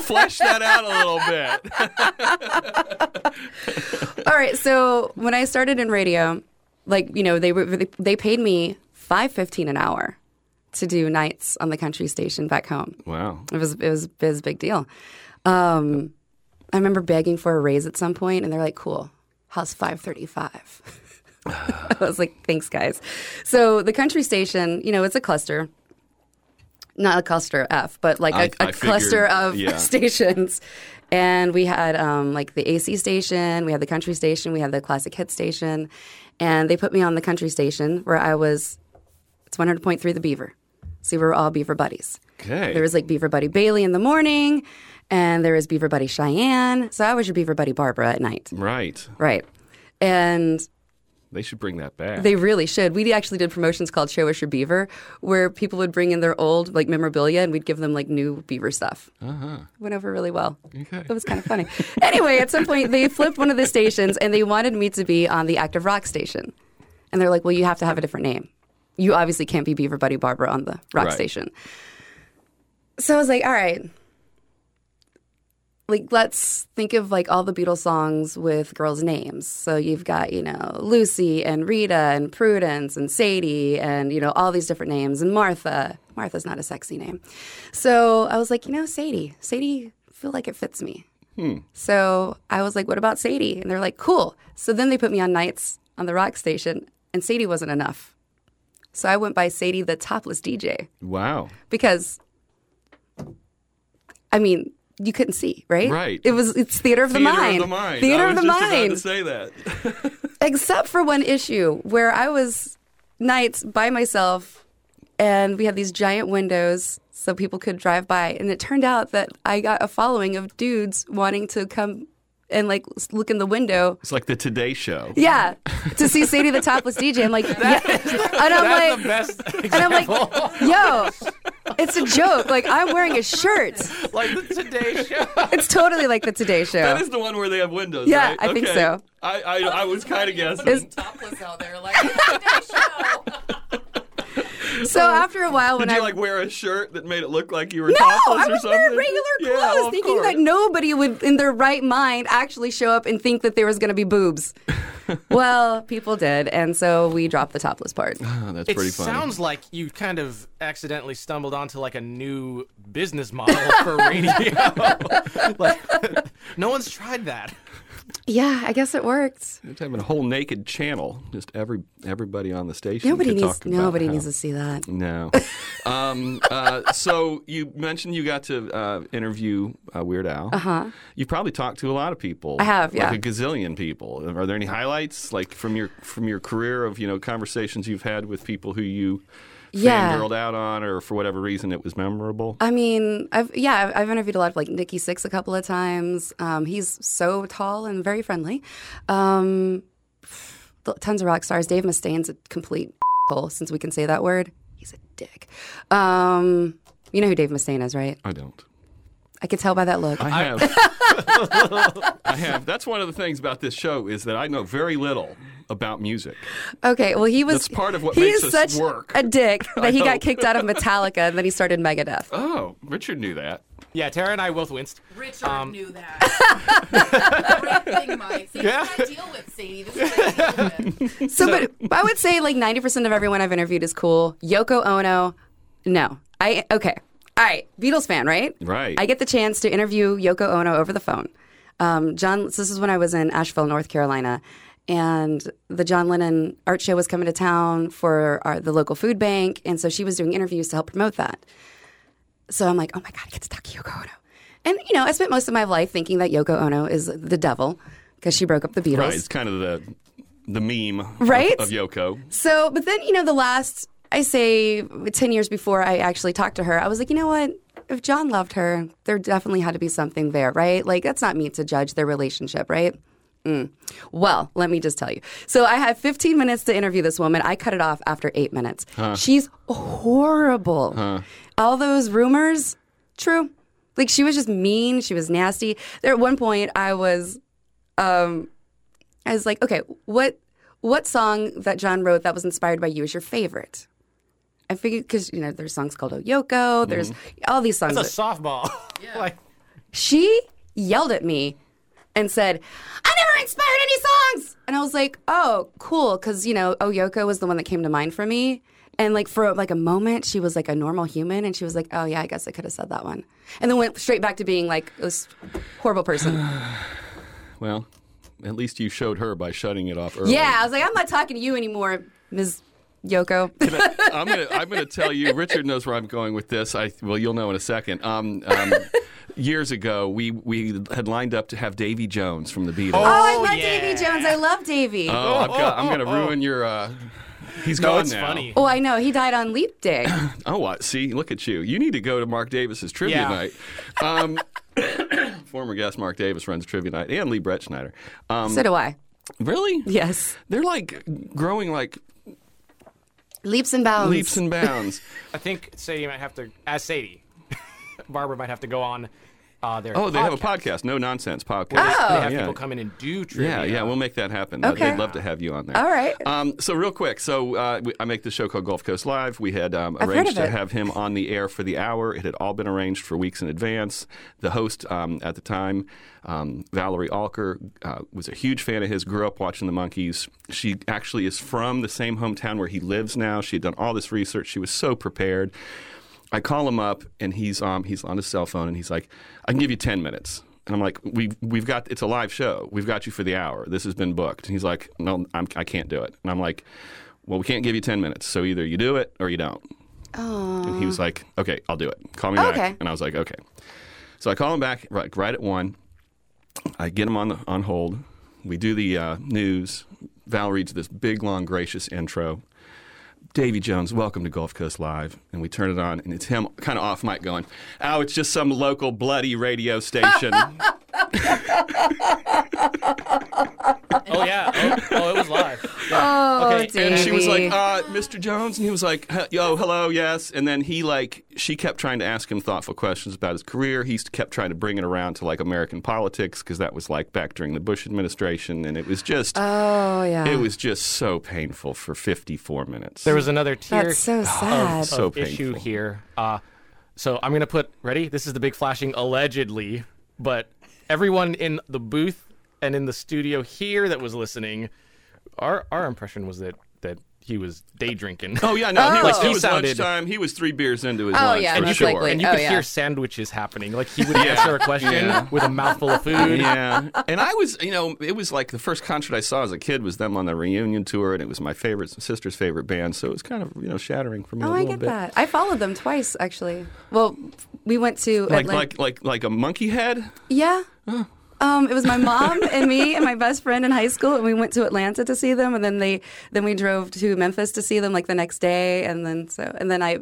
[SPEAKER 3] Flesh that out a little bit.
[SPEAKER 1] All right. So when I started in radio, like you know, they were they, they paid me five fifteen an hour to do nights on the country station back home.
[SPEAKER 3] Wow.
[SPEAKER 1] It was it was, it was a big deal. Um, I remember begging for a raise at some point, and they're like, "Cool, how's five thirty-five? I was like, "Thanks, guys." So the country station, you know, it's a cluster. Not a cluster F, but like a a
[SPEAKER 3] I- I figured,
[SPEAKER 1] cluster of
[SPEAKER 3] yeah.
[SPEAKER 1] stations. And we had um, like the AC station, we had the country station, we had the classic hit station. And they put me on the country station where I was, it's 100.3 The Beaver. So we were all Beaver buddies.
[SPEAKER 3] Okay.
[SPEAKER 1] There was like Beaver Buddy Bailey in the morning, and there was Beaver Buddy Cheyenne. So I was your Beaver Buddy Barbara at night.
[SPEAKER 3] Right.
[SPEAKER 1] Right. And
[SPEAKER 3] They should bring that back.
[SPEAKER 1] they really should. We actually did promotions called Show Us Your Beaver, where people would bring in their old like memorabilia and we'd give them like new beaver stuff. Uh-huh. Went over really well.
[SPEAKER 3] Okay.
[SPEAKER 1] It was kind of funny. anyway, at some point they flipped one of the stations and they wanted me to be on the active rock station. And they're like, Well, you have to have a different name. You obviously can't be Beaver Buddy Barbara on the rock
[SPEAKER 3] Right.
[SPEAKER 1] station. So I was like, all right. Like let's think of like all the Beatles songs with girls' names. So you've got, you know, Lucy and Rita and Prudence and Sadie and, you know, all these different names and Martha. Martha's not a sexy name. So I was like, you know, Sadie. Sadie I feel like it fits me. So I was like, what about Sadie? And they're like, cool. So then they put me on nights on the rock station and Sadie wasn't enough. So I went by Sadie the topless DJ
[SPEAKER 3] wow.
[SPEAKER 1] because I mean, you couldn't see, right?
[SPEAKER 3] Right.
[SPEAKER 1] It was it's theater of the mind.
[SPEAKER 3] Theater of the mind.
[SPEAKER 1] Theater
[SPEAKER 3] I
[SPEAKER 1] of
[SPEAKER 3] was
[SPEAKER 1] the
[SPEAKER 3] just about
[SPEAKER 1] mind.
[SPEAKER 3] to say that.
[SPEAKER 1] Except for one issue where I was nights by myself and we had these giant windows so people could drive by and it turned out that I got a following of dudes wanting to come and like s- look in the window.
[SPEAKER 3] It's like the Today Show.
[SPEAKER 1] Yeah, to see Sadie the topless DJ. I'm like, yeah. and I'm like,
[SPEAKER 4] That's the best
[SPEAKER 1] and I'm
[SPEAKER 4] example.
[SPEAKER 1] like, yo, it's a joke. Like I'm wearing a shirt.
[SPEAKER 4] like the Today Show.
[SPEAKER 1] It's totally like the Today Show.
[SPEAKER 3] That is the one where they have windows.
[SPEAKER 1] Yeah,
[SPEAKER 3] right?
[SPEAKER 1] I think
[SPEAKER 3] Okay.
[SPEAKER 1] so.
[SPEAKER 3] I, I, I was kind of guessing.
[SPEAKER 1] It's-
[SPEAKER 6] topless out there, like "Today show."
[SPEAKER 1] so after a while, when
[SPEAKER 3] Did
[SPEAKER 1] I
[SPEAKER 3] you like wear a shirt that made it look like you were
[SPEAKER 1] no,
[SPEAKER 3] topless
[SPEAKER 1] I
[SPEAKER 3] or
[SPEAKER 1] was
[SPEAKER 3] something?
[SPEAKER 1] wearing regular
[SPEAKER 3] Yeah,
[SPEAKER 1] clothes,
[SPEAKER 3] well, of
[SPEAKER 1] thinking that
[SPEAKER 3] course.
[SPEAKER 1] nobody would, in their right mind, actually show up and think that there was going to be boobs. well, people did, and so we dropped the topless part.
[SPEAKER 3] Oh, that's
[SPEAKER 4] It
[SPEAKER 3] pretty funny.
[SPEAKER 4] sounds like you kind of accidentally stumbled onto like a new business model for radio. like, no one's tried that.
[SPEAKER 1] Yeah, I guess it worked.
[SPEAKER 3] It's having a whole naked channel. Just every everybody on the station.
[SPEAKER 1] Nobody
[SPEAKER 3] could
[SPEAKER 1] needs
[SPEAKER 3] talk about
[SPEAKER 1] nobody
[SPEAKER 3] how-
[SPEAKER 1] needs to see that.
[SPEAKER 3] No. um, uh, so you mentioned you got to uh, interview uh, Weird Al. Uh huh. You've probably talked to a lot of people. I
[SPEAKER 1] have, yeah.
[SPEAKER 3] Like a gazillion people. Are there any highlights, like from your from your career of you know conversations you've had with people who you
[SPEAKER 1] Yeah.
[SPEAKER 3] fangirled out on, or for whatever reason it was memorable?
[SPEAKER 1] I mean, I've yeah, I've- I've interviewed a lot of like Nikki Six a couple of times. Um, he's so tall and very friendly. Um, th- tons of rock stars. Dave Mustaine's a complete hole, since we can say that word. He's a dick. Um, you know who Dave Mustaine is, right?
[SPEAKER 3] I don't.
[SPEAKER 1] I could tell by that look.
[SPEAKER 3] I have. I have. That's one of the things about this show is that I know very little about music.
[SPEAKER 1] Okay, well he was.
[SPEAKER 3] That's part of what
[SPEAKER 1] he
[SPEAKER 3] makes
[SPEAKER 1] is
[SPEAKER 3] us
[SPEAKER 1] such
[SPEAKER 3] work.
[SPEAKER 1] a dick that he
[SPEAKER 3] know.
[SPEAKER 1] got kicked out of Metallica and then he started Megadeth.
[SPEAKER 3] Oh, Richard knew that.
[SPEAKER 4] Yeah, Tara and I both winced.
[SPEAKER 6] Richard knew that. Great thing, Mike. See,
[SPEAKER 4] Yeah.
[SPEAKER 6] I deal with Sadie. This is what I deal with.
[SPEAKER 1] So, but I would say like 90% of everyone I've interviewed is cool. Yoko Ono, no. I, okay. All right. Beatles fan, right?
[SPEAKER 3] Right.
[SPEAKER 1] I get the chance to interview Yoko Ono over the phone. Um, John, so this is when I was in Asheville, North Carolina. And the John Lennon art show was coming to town for our, the local food bank. And so she was doing interviews to help promote that. So I'm like, oh my God, I get to talk to Yoko Ono. And, you know, I spent most of my life thinking that Yoko Ono is the devil because she broke up the Beatles.
[SPEAKER 3] Right, it's kind of the the meme of-
[SPEAKER 1] Right?
[SPEAKER 3] of, Yoko.
[SPEAKER 1] So, but then, you know, the last, I say 10 years before I actually talked to her, I was like, you know what? If John loved her, there definitely had to be something there, right? Like, that's not me to judge their relationship, right? Mm. Well, let me just tell you. So, I had 15 minutes to interview this woman. I cut it off after eight minutes. She's horrible. All those rumors, true. Like, she was just mean. She was nasty. There, at one point, I was um, I was like, okay, what what song that John wrote that was inspired by you is your favorite? I figured because you know there's songs called Oh Yoko, there's all these songs.
[SPEAKER 4] It's a softball. like,
[SPEAKER 1] she yelled at me and said, "I never inspired any songs," and I was like, oh, cool, because you know Oh Yoko was the one that came to mind for me. And like for like a moment, she was like a normal human, and she was like, "Oh yeah, I guess I could have said that one," and then went straight back to being like this horrible person.
[SPEAKER 3] Well, at least you showed her by shutting it off early.
[SPEAKER 1] yeah, I was like, "I'm not talking to you anymore, Ms. Yoko."
[SPEAKER 3] Oh, I'm gonna I'm gonna tell you. Richard knows where I'm going with this. I well, you'll know in a second. Um, um, years ago, we we had lined up to have Davy Jones from the Beatles.
[SPEAKER 1] Oh,
[SPEAKER 4] Oh,
[SPEAKER 1] I love
[SPEAKER 4] yeah.
[SPEAKER 1] Davy Jones. I love Davy.
[SPEAKER 3] Oh, I've got, I'm gonna ruin your. Uh, he's
[SPEAKER 4] no,
[SPEAKER 3] gone
[SPEAKER 4] it's
[SPEAKER 3] now.
[SPEAKER 4] funny.
[SPEAKER 1] oh, I know. He died on Leap Day.
[SPEAKER 3] Oh, I see. Look at you. You need to go to Mark Davis's trivia
[SPEAKER 4] Yeah.
[SPEAKER 3] night. Um, Former guest Mark Davis runs Trivia Night and Lee Brett Schneider. Um,
[SPEAKER 1] So do I.
[SPEAKER 3] really?
[SPEAKER 1] Yes.
[SPEAKER 3] They're like growing like
[SPEAKER 1] Leaps and bounds.
[SPEAKER 3] leaps and bounds.
[SPEAKER 4] I think Sadie might have to, as Sadie, Barbara might have to go on uh, their.
[SPEAKER 3] Oh, they have a podcast, No Nonsense podcast.
[SPEAKER 4] They
[SPEAKER 1] Oh.
[SPEAKER 4] have
[SPEAKER 3] yeah.
[SPEAKER 4] people come in and do trivia.
[SPEAKER 3] Yeah, yeah, we'll make that happen. Uh,
[SPEAKER 1] Okay.
[SPEAKER 3] They'd love to have you on there.
[SPEAKER 1] All right.
[SPEAKER 3] Um, so real quick, so uh, we, I make this show called Gulf Coast Live. We had um,
[SPEAKER 1] I've heard
[SPEAKER 3] arranged
[SPEAKER 1] of
[SPEAKER 3] to
[SPEAKER 1] it.
[SPEAKER 3] have him on the air for the hour. It had all been arranged for weeks in advance. The host um, at the time, um, Valerie Alker, uh, was a huge fan of his. Grew up watching the Monkees. She actually is from the same hometown where he lives now. She had done all this research. She was so prepared. I call him up and he's um he's on his cell phone and he's like, I can give you ten minutes. And I'm like, we we've got it's a live show. We've got you for the hour. This has been booked. And he's like, no, I'm, I can't do it. And I'm like, well, we can't give you ten minutes. So either you do it or you don't. And he was like, okay, I'll do it. Call me
[SPEAKER 1] Okay.
[SPEAKER 3] back. And I was like, okay. So I call him back right, right at one. I get him on the on hold. We do the uh, news. Val reads this big, long, gracious intro. Davy Jones, welcome to Gulf Coast Live. And we turn it on, and it's him kind of off mic going, Oh, it's just some local bloody radio station.
[SPEAKER 4] Oh yeah. Oh, oh, it was live. Yeah.
[SPEAKER 1] Oh,
[SPEAKER 4] okay.
[SPEAKER 1] Davey.
[SPEAKER 3] and she was like, uh, Mr. Jones? And he was like, "Huh, Yo, hello, yes. And then he, like, she kept trying to ask him thoughtful questions about his career. He kept trying to bring it around to, like, American politics, because that was, like, back during the Bush administration. And it was just,
[SPEAKER 1] oh yeah.
[SPEAKER 3] it was just so painful for 54 minutes.
[SPEAKER 4] There was another tier.
[SPEAKER 1] That's so sad.
[SPEAKER 3] so
[SPEAKER 4] of issue
[SPEAKER 3] painful.
[SPEAKER 4] here. Uh, so I'm gonna put ready. This is the big flashing allegedly, but everyone in the booth and in the studio here that was listening, our our impression was that that he was day drinking.
[SPEAKER 3] Oh yeah, no, he
[SPEAKER 1] Oh.
[SPEAKER 3] was,
[SPEAKER 1] Like,
[SPEAKER 3] it
[SPEAKER 1] he
[SPEAKER 3] was
[SPEAKER 4] sounded-
[SPEAKER 3] lunchtime. He was three beers into his
[SPEAKER 1] Oh,
[SPEAKER 3] lunch
[SPEAKER 1] yeah,
[SPEAKER 3] for
[SPEAKER 1] most
[SPEAKER 3] sure.
[SPEAKER 1] likely.
[SPEAKER 4] and you
[SPEAKER 1] Oh,
[SPEAKER 4] could
[SPEAKER 1] yeah.
[SPEAKER 4] hear sandwiches happening. Like he would answer a question
[SPEAKER 3] Yeah.
[SPEAKER 4] with a mouthful of food.
[SPEAKER 3] yeah. And I was, you know, it was like the first concert I saw as a kid was them on the reunion tour, and it was my favorite sister's favorite band, so it was kind of you know shattering for me a
[SPEAKER 1] Oh, I
[SPEAKER 3] little
[SPEAKER 1] get
[SPEAKER 3] bit.
[SPEAKER 1] that. I followed them twice, actually. Well, we went to
[SPEAKER 3] Like
[SPEAKER 1] Atlanta.
[SPEAKER 3] like Oh. like like a monkey head.
[SPEAKER 1] yeah. Um, it was my mom and me and my best friend in high school, and we went to Atlanta to see them, and then they then we drove to Memphis to see them like the next day, and then so and then I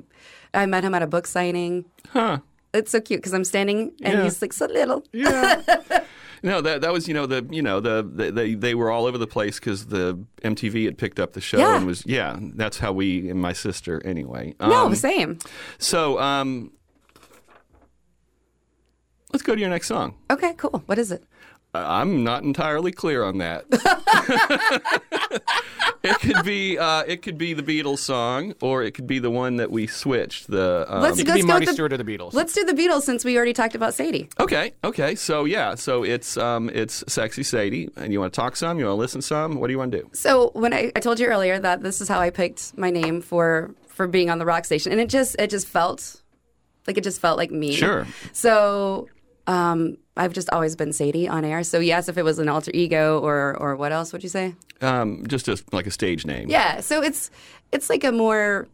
[SPEAKER 1] I met him at a book signing.
[SPEAKER 3] Huh.
[SPEAKER 1] It's so cute because I'm standing and
[SPEAKER 3] Yeah.
[SPEAKER 1] he's like so little.
[SPEAKER 3] Yeah. No, that that was you know the you know the, the they they were all over the place because the MTV had picked up the show
[SPEAKER 1] Yeah.
[SPEAKER 3] and was yeah that's how we and my sister anyway.
[SPEAKER 1] No,
[SPEAKER 3] Um,
[SPEAKER 1] same.
[SPEAKER 3] so um, let's go to your next song.
[SPEAKER 1] Okay, cool. What is it?
[SPEAKER 3] I'm not entirely clear on that. it could be uh, it could be the Beatles song, or it could be the one that we switched. The um,
[SPEAKER 1] Let's
[SPEAKER 4] It
[SPEAKER 1] go.
[SPEAKER 4] could
[SPEAKER 1] Let's
[SPEAKER 4] be
[SPEAKER 1] go
[SPEAKER 4] Marty
[SPEAKER 1] with the,
[SPEAKER 4] Stewart or the Beatles.
[SPEAKER 1] Let's do the Beatles since we already talked about Sadie.
[SPEAKER 3] okay, okay. So yeah, so it's um, it's sexy Sadie, and you want to talk some, you want to listen some. What do you want to do?
[SPEAKER 1] So when I, I told you earlier that this is how I picked my name for for being on the rock station, and it just it just felt like it just felt like me.
[SPEAKER 3] Sure.
[SPEAKER 1] So um, I've just always been Sadie on air. So yes, if it was an alter ego or or what else would you say?
[SPEAKER 3] Um, just a, like a stage name.
[SPEAKER 1] Yeah. So it's it's like a more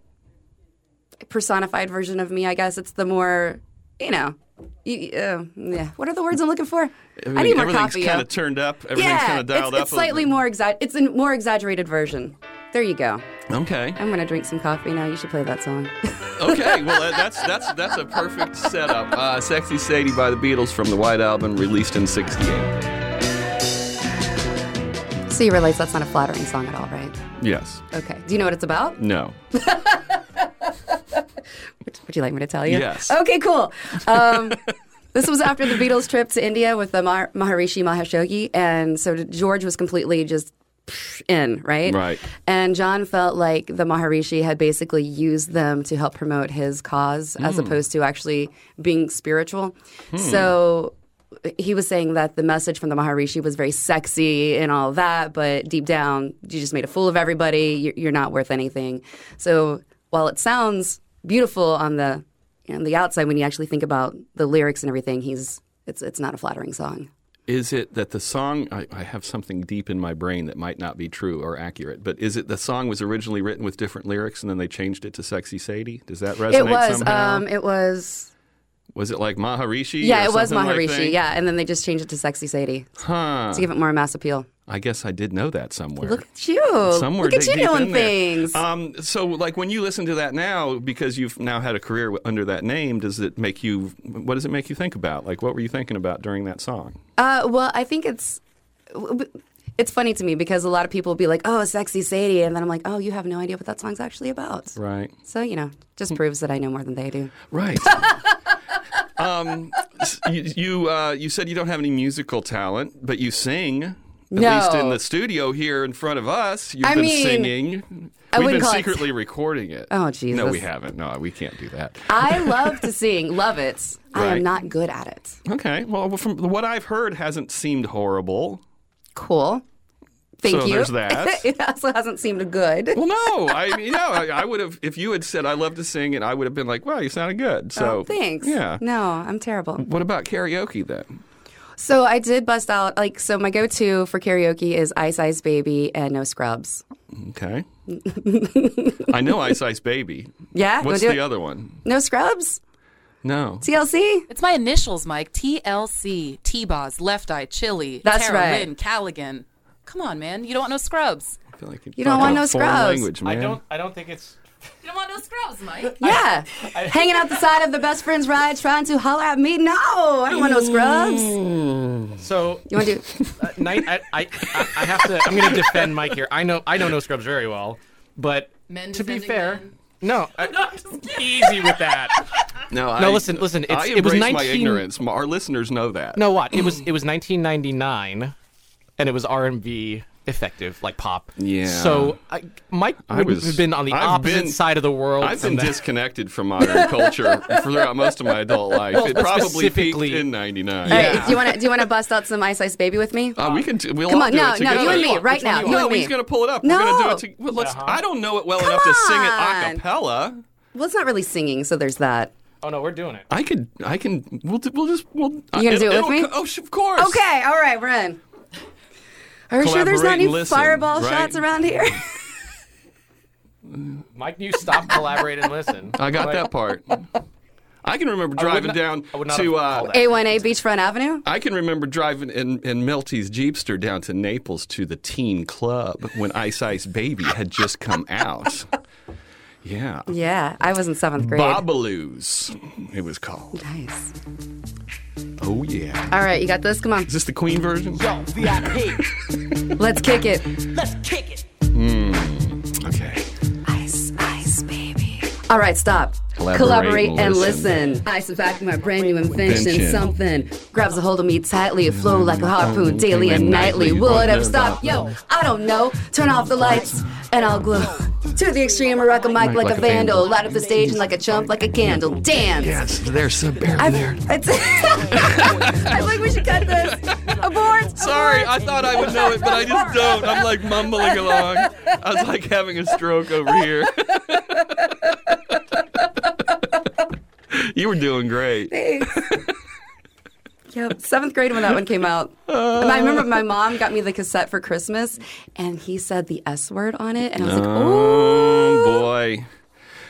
[SPEAKER 1] personified version of me, I guess. It's the more you know. You, uh, yeah. What are the words I'm looking for? I, need more
[SPEAKER 3] everything's
[SPEAKER 1] coffee.
[SPEAKER 3] kind
[SPEAKER 1] yo.
[SPEAKER 3] of turned up. Everything's
[SPEAKER 1] yeah,
[SPEAKER 3] kind of dialed
[SPEAKER 1] it's,
[SPEAKER 3] up.
[SPEAKER 1] it's slightly more exa- It's a more exaggerated version. There you go.
[SPEAKER 3] more. Okay.
[SPEAKER 1] I'm gonna drink some coffee now. You should play that song.
[SPEAKER 3] Okay, well that- that's that's that's a perfect setup. Uh, "Sexy Sadie" by the Beatles from the White Album, released in '68.
[SPEAKER 1] so you realize that's not a flattering song at all, right?
[SPEAKER 3] Yes.
[SPEAKER 1] Okay. Do you know what it's about?
[SPEAKER 3] No.
[SPEAKER 1] Would you like me to tell you?
[SPEAKER 3] Yes.
[SPEAKER 1] Okay, cool. Um, this was after the Beatles' trip to India with the Mar- Maharishi Mahashogi, and so George was completely just psh, in, right?
[SPEAKER 3] Right.
[SPEAKER 1] And John felt like the Maharishi had basically used them to help promote his cause as
[SPEAKER 3] Hmm.
[SPEAKER 1] opposed to actually being spiritual. So he was saying that the message from the Maharishi was very sexy and all that, but deep down, you just made a fool of everybody. You're, you're not worth anything. So while it sounds beautiful on the on the outside, when you actually think about the lyrics and everything, he's it's it's not a flattering song.
[SPEAKER 3] Is it that the song? I, I have something deep in my brain that might not be true or accurate, but is it the song was originally written with different lyrics and then they changed it to "Sexy Sadie"? Does that resonate
[SPEAKER 1] it was
[SPEAKER 3] somehow?
[SPEAKER 1] um, it was
[SPEAKER 3] was it like Maharishi?
[SPEAKER 1] yeah,
[SPEAKER 3] or
[SPEAKER 1] it was
[SPEAKER 3] something like
[SPEAKER 1] Maharishi,
[SPEAKER 3] that?
[SPEAKER 1] yeah, and then they just changed it to Sexy Sadie
[SPEAKER 3] Huh.
[SPEAKER 1] to give it more mass appeal.
[SPEAKER 3] I guess I did know that somewhere.
[SPEAKER 1] Look at you.
[SPEAKER 3] somewhere
[SPEAKER 1] Look at
[SPEAKER 3] deep
[SPEAKER 1] you
[SPEAKER 3] in
[SPEAKER 1] knowing
[SPEAKER 3] there.
[SPEAKER 1] things.
[SPEAKER 3] Um, so, like when you listen to that now, because you've now had a career w- under that name, does it make you? What does it make you think about? Like, what were you thinking about during that song?
[SPEAKER 1] Uh, well, I think it's it's funny to me because a lot of people will be like, "Oh, sexy Sadie," and then I'm like, "Oh, you have no idea what that song's actually about."
[SPEAKER 3] Right. Hmm.
[SPEAKER 1] So you know, just proves that I know more than they do.
[SPEAKER 3] Right. um, s- you you, uh, you said you don't have any musical talent, but you sing. At
[SPEAKER 1] No.
[SPEAKER 3] least in the studio here in front of us, you've
[SPEAKER 1] I
[SPEAKER 3] been
[SPEAKER 1] mean,
[SPEAKER 3] singing.
[SPEAKER 1] I
[SPEAKER 3] We've
[SPEAKER 1] wouldn't
[SPEAKER 3] been
[SPEAKER 1] call it-
[SPEAKER 3] secretly recording it.
[SPEAKER 1] Oh,
[SPEAKER 3] No, we
[SPEAKER 1] Jesus.
[SPEAKER 3] haven't. No, we can't do that.
[SPEAKER 1] I love to sing, love it. I
[SPEAKER 3] Right.
[SPEAKER 1] am not good at it.
[SPEAKER 3] Okay. Well, from what I've heard, hasn't seemed horrible.
[SPEAKER 1] Cool. Thank
[SPEAKER 3] So
[SPEAKER 1] you.
[SPEAKER 3] there's that.
[SPEAKER 1] it also hasn't seemed good.
[SPEAKER 3] Well, no, I you know I, I would have if you had said I love to sing and I would have been like, wow, you sounded good. So
[SPEAKER 1] Oh, thanks.
[SPEAKER 3] Yeah.
[SPEAKER 1] No, I'm terrible.
[SPEAKER 3] What about karaoke then?
[SPEAKER 1] So I did bust out like so. My go-to for karaoke is Ice Ice Baby and No Scrubs.
[SPEAKER 3] Okay. I know Ice Ice Baby.
[SPEAKER 1] Yeah,
[SPEAKER 3] What's
[SPEAKER 1] we'll do
[SPEAKER 3] the
[SPEAKER 1] it.
[SPEAKER 3] other one?
[SPEAKER 1] No Scrubs.
[SPEAKER 3] No.
[SPEAKER 1] TLC.
[SPEAKER 6] It's my initials, Mike. TLC, T-Boz, Left Eye, Chili,
[SPEAKER 1] That's
[SPEAKER 6] Tara
[SPEAKER 1] right.
[SPEAKER 6] Lynn, Callaghan. Come on, man. You don't want no scrubs.
[SPEAKER 3] I feel like
[SPEAKER 1] You don't
[SPEAKER 3] talking
[SPEAKER 1] want
[SPEAKER 3] a
[SPEAKER 1] no
[SPEAKER 3] foreign
[SPEAKER 1] scrubs.
[SPEAKER 3] Language, man.
[SPEAKER 4] I don't. I don't think it's.
[SPEAKER 6] You don't want no scrubs, Mike.
[SPEAKER 1] Yeah. Hanging out the side of the best friend's ride trying to holler at me. No, I don't want no scrubs. You
[SPEAKER 4] So
[SPEAKER 1] want to do
[SPEAKER 4] uh, night. I, I, I I have to. I'm going to defend Mike here. I know. I know no scrubs very well, but
[SPEAKER 6] Men
[SPEAKER 4] to be
[SPEAKER 6] defending
[SPEAKER 4] fair,
[SPEAKER 6] men.
[SPEAKER 4] no. I, easy with that.
[SPEAKER 3] No, I,
[SPEAKER 4] No, listen, listen, it's-
[SPEAKER 3] I
[SPEAKER 4] it was
[SPEAKER 3] embrace my
[SPEAKER 4] 19
[SPEAKER 3] ignorance. My- Our listeners know that.
[SPEAKER 4] No, what? It was it was 1999, and it was R and B effective, like pop.
[SPEAKER 3] Yeah.
[SPEAKER 4] So I, Mike would
[SPEAKER 3] was-
[SPEAKER 4] have been on the
[SPEAKER 3] I've
[SPEAKER 4] opposite
[SPEAKER 3] been-
[SPEAKER 4] side of the world.
[SPEAKER 3] I've
[SPEAKER 4] from
[SPEAKER 3] been
[SPEAKER 4] that.
[SPEAKER 3] disconnected from modern culture throughout most of my adult life. It probably peaked
[SPEAKER 4] specifically-
[SPEAKER 3] in '99.
[SPEAKER 1] All right, do you want to do you want to bust out some Ice Ice Baby with me?
[SPEAKER 3] Uh, we can. T- we'll
[SPEAKER 1] Come
[SPEAKER 3] all
[SPEAKER 1] on,
[SPEAKER 3] do
[SPEAKER 1] no,
[SPEAKER 3] it
[SPEAKER 1] no,
[SPEAKER 3] together.
[SPEAKER 1] you and me,
[SPEAKER 4] Which
[SPEAKER 1] right
[SPEAKER 4] one
[SPEAKER 1] now.
[SPEAKER 4] do
[SPEAKER 1] You
[SPEAKER 4] you
[SPEAKER 3] no,
[SPEAKER 1] and me.
[SPEAKER 3] he's gonna pull it up. We're
[SPEAKER 1] No.
[SPEAKER 3] gonna do it. To- well, let's.
[SPEAKER 4] Uh-huh.
[SPEAKER 3] I don't know it well enough to sing it a
[SPEAKER 1] on.
[SPEAKER 3] cappella.
[SPEAKER 1] Well, it's not really singing, so there's that.
[SPEAKER 4] oh no, we're doing it.
[SPEAKER 3] I could. I can. We'll. do- We'll just. We'll. You
[SPEAKER 1] gonna do it with me?
[SPEAKER 3] Oh, sh- of course.
[SPEAKER 1] Okay, all right, we're in. Are you sure there's
[SPEAKER 3] Collaborate
[SPEAKER 1] not any
[SPEAKER 3] and listen,
[SPEAKER 1] fireball
[SPEAKER 3] right?
[SPEAKER 1] shots around here?
[SPEAKER 4] Mike, you stop, collaborate, and listen.
[SPEAKER 3] I got
[SPEAKER 4] Like,
[SPEAKER 3] that part. I can remember driving
[SPEAKER 4] not-
[SPEAKER 3] down
[SPEAKER 4] I would not
[SPEAKER 3] to.
[SPEAKER 4] have called
[SPEAKER 3] Uh,
[SPEAKER 4] that.
[SPEAKER 1] A1A Beachfront Avenue?
[SPEAKER 3] I can remember driving in, in Melty's Jeepster down to Naples to the teen club when Ice Ice Baby had just come out. Yeah.
[SPEAKER 1] Yeah, I was in seventh grade.
[SPEAKER 3] Bobaloo's, it was called.
[SPEAKER 1] Nice.
[SPEAKER 3] Oh, yeah.
[SPEAKER 1] All right, you got this? Come on.
[SPEAKER 3] Is this the Queen version?
[SPEAKER 5] Yo, VIP,
[SPEAKER 1] Let's kick it.
[SPEAKER 5] let's kick it.
[SPEAKER 3] Okay.
[SPEAKER 1] Ice, ice, baby. All right, stop.
[SPEAKER 3] Collaborate and
[SPEAKER 1] and
[SPEAKER 3] listen.
[SPEAKER 1] listen. I survive my brand new invention.
[SPEAKER 3] Invention.
[SPEAKER 1] Something grabs a hold of me tightly. It flow like a harpoon
[SPEAKER 3] Mm,
[SPEAKER 1] daily and nightly. Will it ever stop? Yo, I don't know. Turn off the lights and I'll glow. To the extreme, I rock a mic like a vandal. Light up the stage and like a chump, like a candle. Dance.
[SPEAKER 3] That's, there's some bear
[SPEAKER 1] I,
[SPEAKER 3] there.
[SPEAKER 1] it's, I think we should cut this. Abort.
[SPEAKER 3] Sorry, I
[SPEAKER 1] abort.
[SPEAKER 3] thought I would know it, but I just don't. I'm like mumbling along. I was like having a stroke over here. you were doing great.
[SPEAKER 1] Thanks. yep. Seventh grade when that one came out.
[SPEAKER 3] Oh.
[SPEAKER 1] And I remember my mom got me the cassette for Christmas, and he said the S word on it, and I was like, "Oh,
[SPEAKER 3] Oh boy.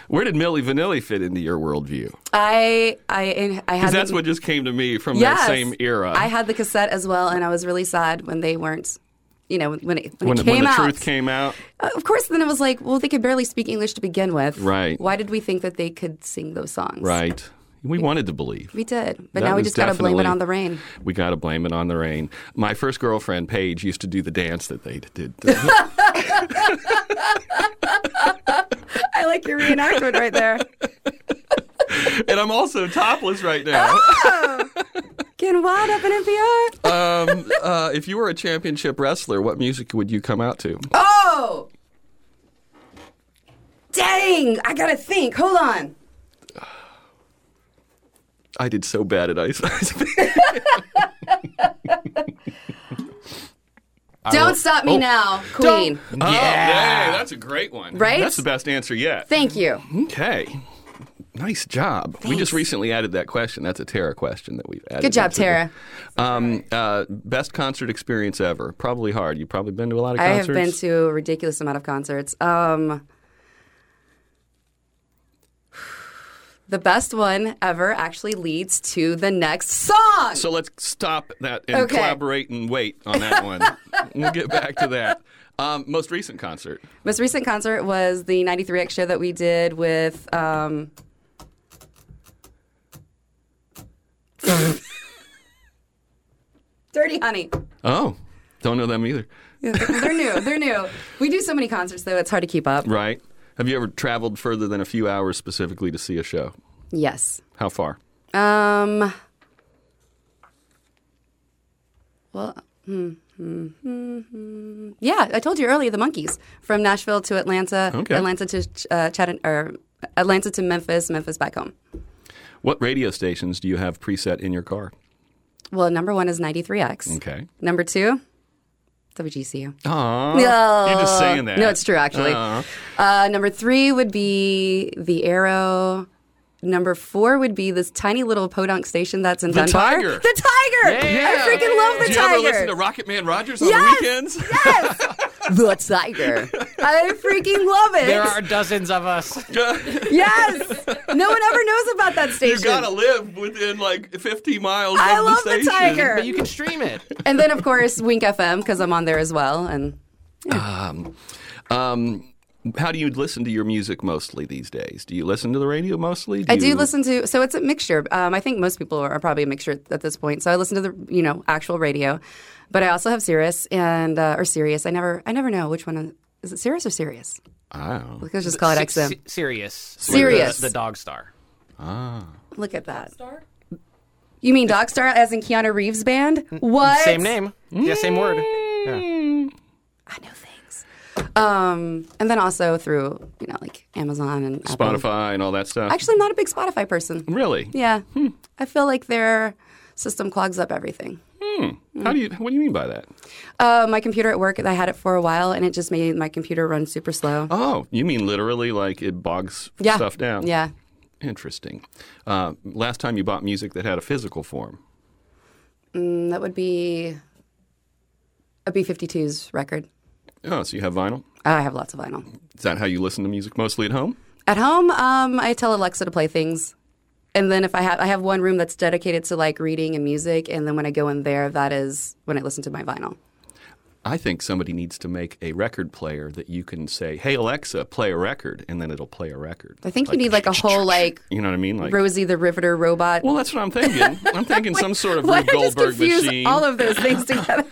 [SPEAKER 3] Where did Millie Vanilli fit into your worldview?
[SPEAKER 1] I, I, I had."
[SPEAKER 3] Because that's
[SPEAKER 1] the,
[SPEAKER 3] what just came to me from
[SPEAKER 1] Yes.
[SPEAKER 3] that same era.
[SPEAKER 1] I had the cassette as well, and I was really sad when they weren't. You know, when it, when it
[SPEAKER 3] when, when
[SPEAKER 1] came
[SPEAKER 3] the
[SPEAKER 1] out.
[SPEAKER 3] truth came out.
[SPEAKER 1] Uh, Of course, then it was like, well, they could barely speak English to begin with.
[SPEAKER 3] Right.
[SPEAKER 1] Why did we think that they could sing those songs?
[SPEAKER 3] Right. We wanted to believe.
[SPEAKER 1] We did, but
[SPEAKER 3] That
[SPEAKER 1] now we
[SPEAKER 3] was
[SPEAKER 1] just got to blame it
[SPEAKER 3] definitely-
[SPEAKER 1] on the rain.
[SPEAKER 3] We got to blame it on the rain. My first girlfriend, Paige, used to do the dance that they did.
[SPEAKER 1] I like your reenactment right there.
[SPEAKER 3] and I'm also topless right now.
[SPEAKER 1] Getting wild up in NPR.
[SPEAKER 3] um, uh, if you were a championship wrestler, what music would you come out to?
[SPEAKER 1] Oh! Dang! I gotta think. Hold on.
[SPEAKER 3] I did so bad at ice. ice.
[SPEAKER 1] Don't stop me now, Queen.
[SPEAKER 3] Oh, yeah, that's a great one.
[SPEAKER 1] Right?
[SPEAKER 3] That's the best answer yet.
[SPEAKER 1] Thank you.
[SPEAKER 3] Okay. Nice job. We just recently added that question. That's a Tara question that we've added.
[SPEAKER 1] Good job,
[SPEAKER 3] into the-
[SPEAKER 1] Tara.
[SPEAKER 3] Um, uh, best concert experience ever. Probably hard. You've probably been to a lot of
[SPEAKER 1] I have
[SPEAKER 3] concerts.
[SPEAKER 1] been to a ridiculous amount of concerts. Um, the best one ever actually leads to the next song.
[SPEAKER 3] So let's stop that and
[SPEAKER 1] Okay.
[SPEAKER 3] collaborate and wait on that one. We'll get back to that. Um, most recent concert.
[SPEAKER 1] Most recent concert was the 93X show that we did with. Um, Dirty Honey.
[SPEAKER 3] Oh, don't know them either.
[SPEAKER 1] Yeah, they're new. They're new. We do so many concerts, though, it's hard to keep up.
[SPEAKER 3] Right? Have you ever traveled further than a few hours specifically to see a show?
[SPEAKER 1] Yes.
[SPEAKER 3] How far?
[SPEAKER 1] Um. Well, hmm, hmm, hmm, hmm. yeah, I told you earlier the monkeys from Nashville to Atlanta,
[SPEAKER 3] Okay.
[SPEAKER 1] Atlanta to uh, Chattan- or Atlanta to Memphis, Memphis back home.
[SPEAKER 3] What radio stations do you have preset in your car?
[SPEAKER 1] Well, number one is 93X.
[SPEAKER 3] Okay.
[SPEAKER 1] Number two, WGCU.
[SPEAKER 3] Aww.
[SPEAKER 1] No.
[SPEAKER 3] You're just saying that. Uh-huh.
[SPEAKER 1] No, it's true, actually.
[SPEAKER 3] Aw.
[SPEAKER 1] Uh, number three would be the Arrow. Number four would be this tiny little podunk station that's in
[SPEAKER 3] The
[SPEAKER 1] Dunbar.
[SPEAKER 3] Tiger.
[SPEAKER 1] The Tiger. I freaking love the
[SPEAKER 3] do you
[SPEAKER 1] Tiger.
[SPEAKER 3] ever listen to Rocket Man Rogers on
[SPEAKER 1] Yes!
[SPEAKER 3] the weekends?
[SPEAKER 1] yes, the Tiger. I freaking love it.
[SPEAKER 4] There are dozens of us.
[SPEAKER 1] Yes, no one ever knows about that
[SPEAKER 3] you
[SPEAKER 1] station.
[SPEAKER 3] gotta live within like 50 miles
[SPEAKER 1] I
[SPEAKER 3] of
[SPEAKER 1] love
[SPEAKER 3] the
[SPEAKER 1] the
[SPEAKER 3] station.
[SPEAKER 1] Tiger.
[SPEAKER 4] But you can stream it.
[SPEAKER 1] and then of course Wink FM because I'm on there as well. And
[SPEAKER 3] Um, how do you listen to your music mostly these days? Do you listen to the radio mostly?
[SPEAKER 1] I do
[SPEAKER 3] you-
[SPEAKER 1] listen to, so it's a mixture. Um, I think most people are probably a mixture at this point. So I listen to the, you know, actual radio, but I also have Sirius and uh, or Sirius. I never, I never know which one is it. Sirius or Sirius?
[SPEAKER 3] I don't know.
[SPEAKER 1] Let's just call it
[SPEAKER 4] S-
[SPEAKER 1] XM.
[SPEAKER 4] S- Sirius.
[SPEAKER 1] Sirius.
[SPEAKER 4] The, the dog star.
[SPEAKER 1] Look at that. You mean Dogstar as in Keanu Reeves' band? What?
[SPEAKER 4] Same name. Yeah, same word.
[SPEAKER 1] I know things. Um, and then also through you know like Amazon and Apple.
[SPEAKER 3] Spotify Hmm. and all that stuff.
[SPEAKER 1] Actually, I'm not a big Spotify person.
[SPEAKER 3] really?
[SPEAKER 1] Yeah, I feel like their system clogs up everything.
[SPEAKER 3] How do you? What do you mean by that?
[SPEAKER 1] Uh, my computer at work, I had it for a while, and it just made my computer run super slow.
[SPEAKER 3] Oh, you mean literally like it bogs
[SPEAKER 1] yeah,
[SPEAKER 3] stuff down?
[SPEAKER 1] Yeah,
[SPEAKER 3] Interesting. Uh, last time you bought music that had a physical form.
[SPEAKER 1] and Mm, that would be a B52's record.
[SPEAKER 3] Oh, so you have vinyl?
[SPEAKER 1] I have lots of vinyl
[SPEAKER 3] Is that how you listen to music mostly at home?
[SPEAKER 1] at home. Um, I tell Alexa to play things. And then if I have I have one room that's dedicated to like reading and music, and then when I go in there, that is when I listen to my vinyl.
[SPEAKER 3] I think somebody needs to make a record player that you can say, "Hey Alexa, play a record," and then it'll play a record.
[SPEAKER 1] I think you need like a whole like
[SPEAKER 3] You know what I mean? Like,
[SPEAKER 1] Rosie the Riveter robot.
[SPEAKER 3] well, that's what I'm thinking. I'm thinking some sort of
[SPEAKER 1] Why
[SPEAKER 3] Rube
[SPEAKER 1] did I just
[SPEAKER 3] Goldberg
[SPEAKER 1] confuse
[SPEAKER 3] machine.
[SPEAKER 1] all of those things together?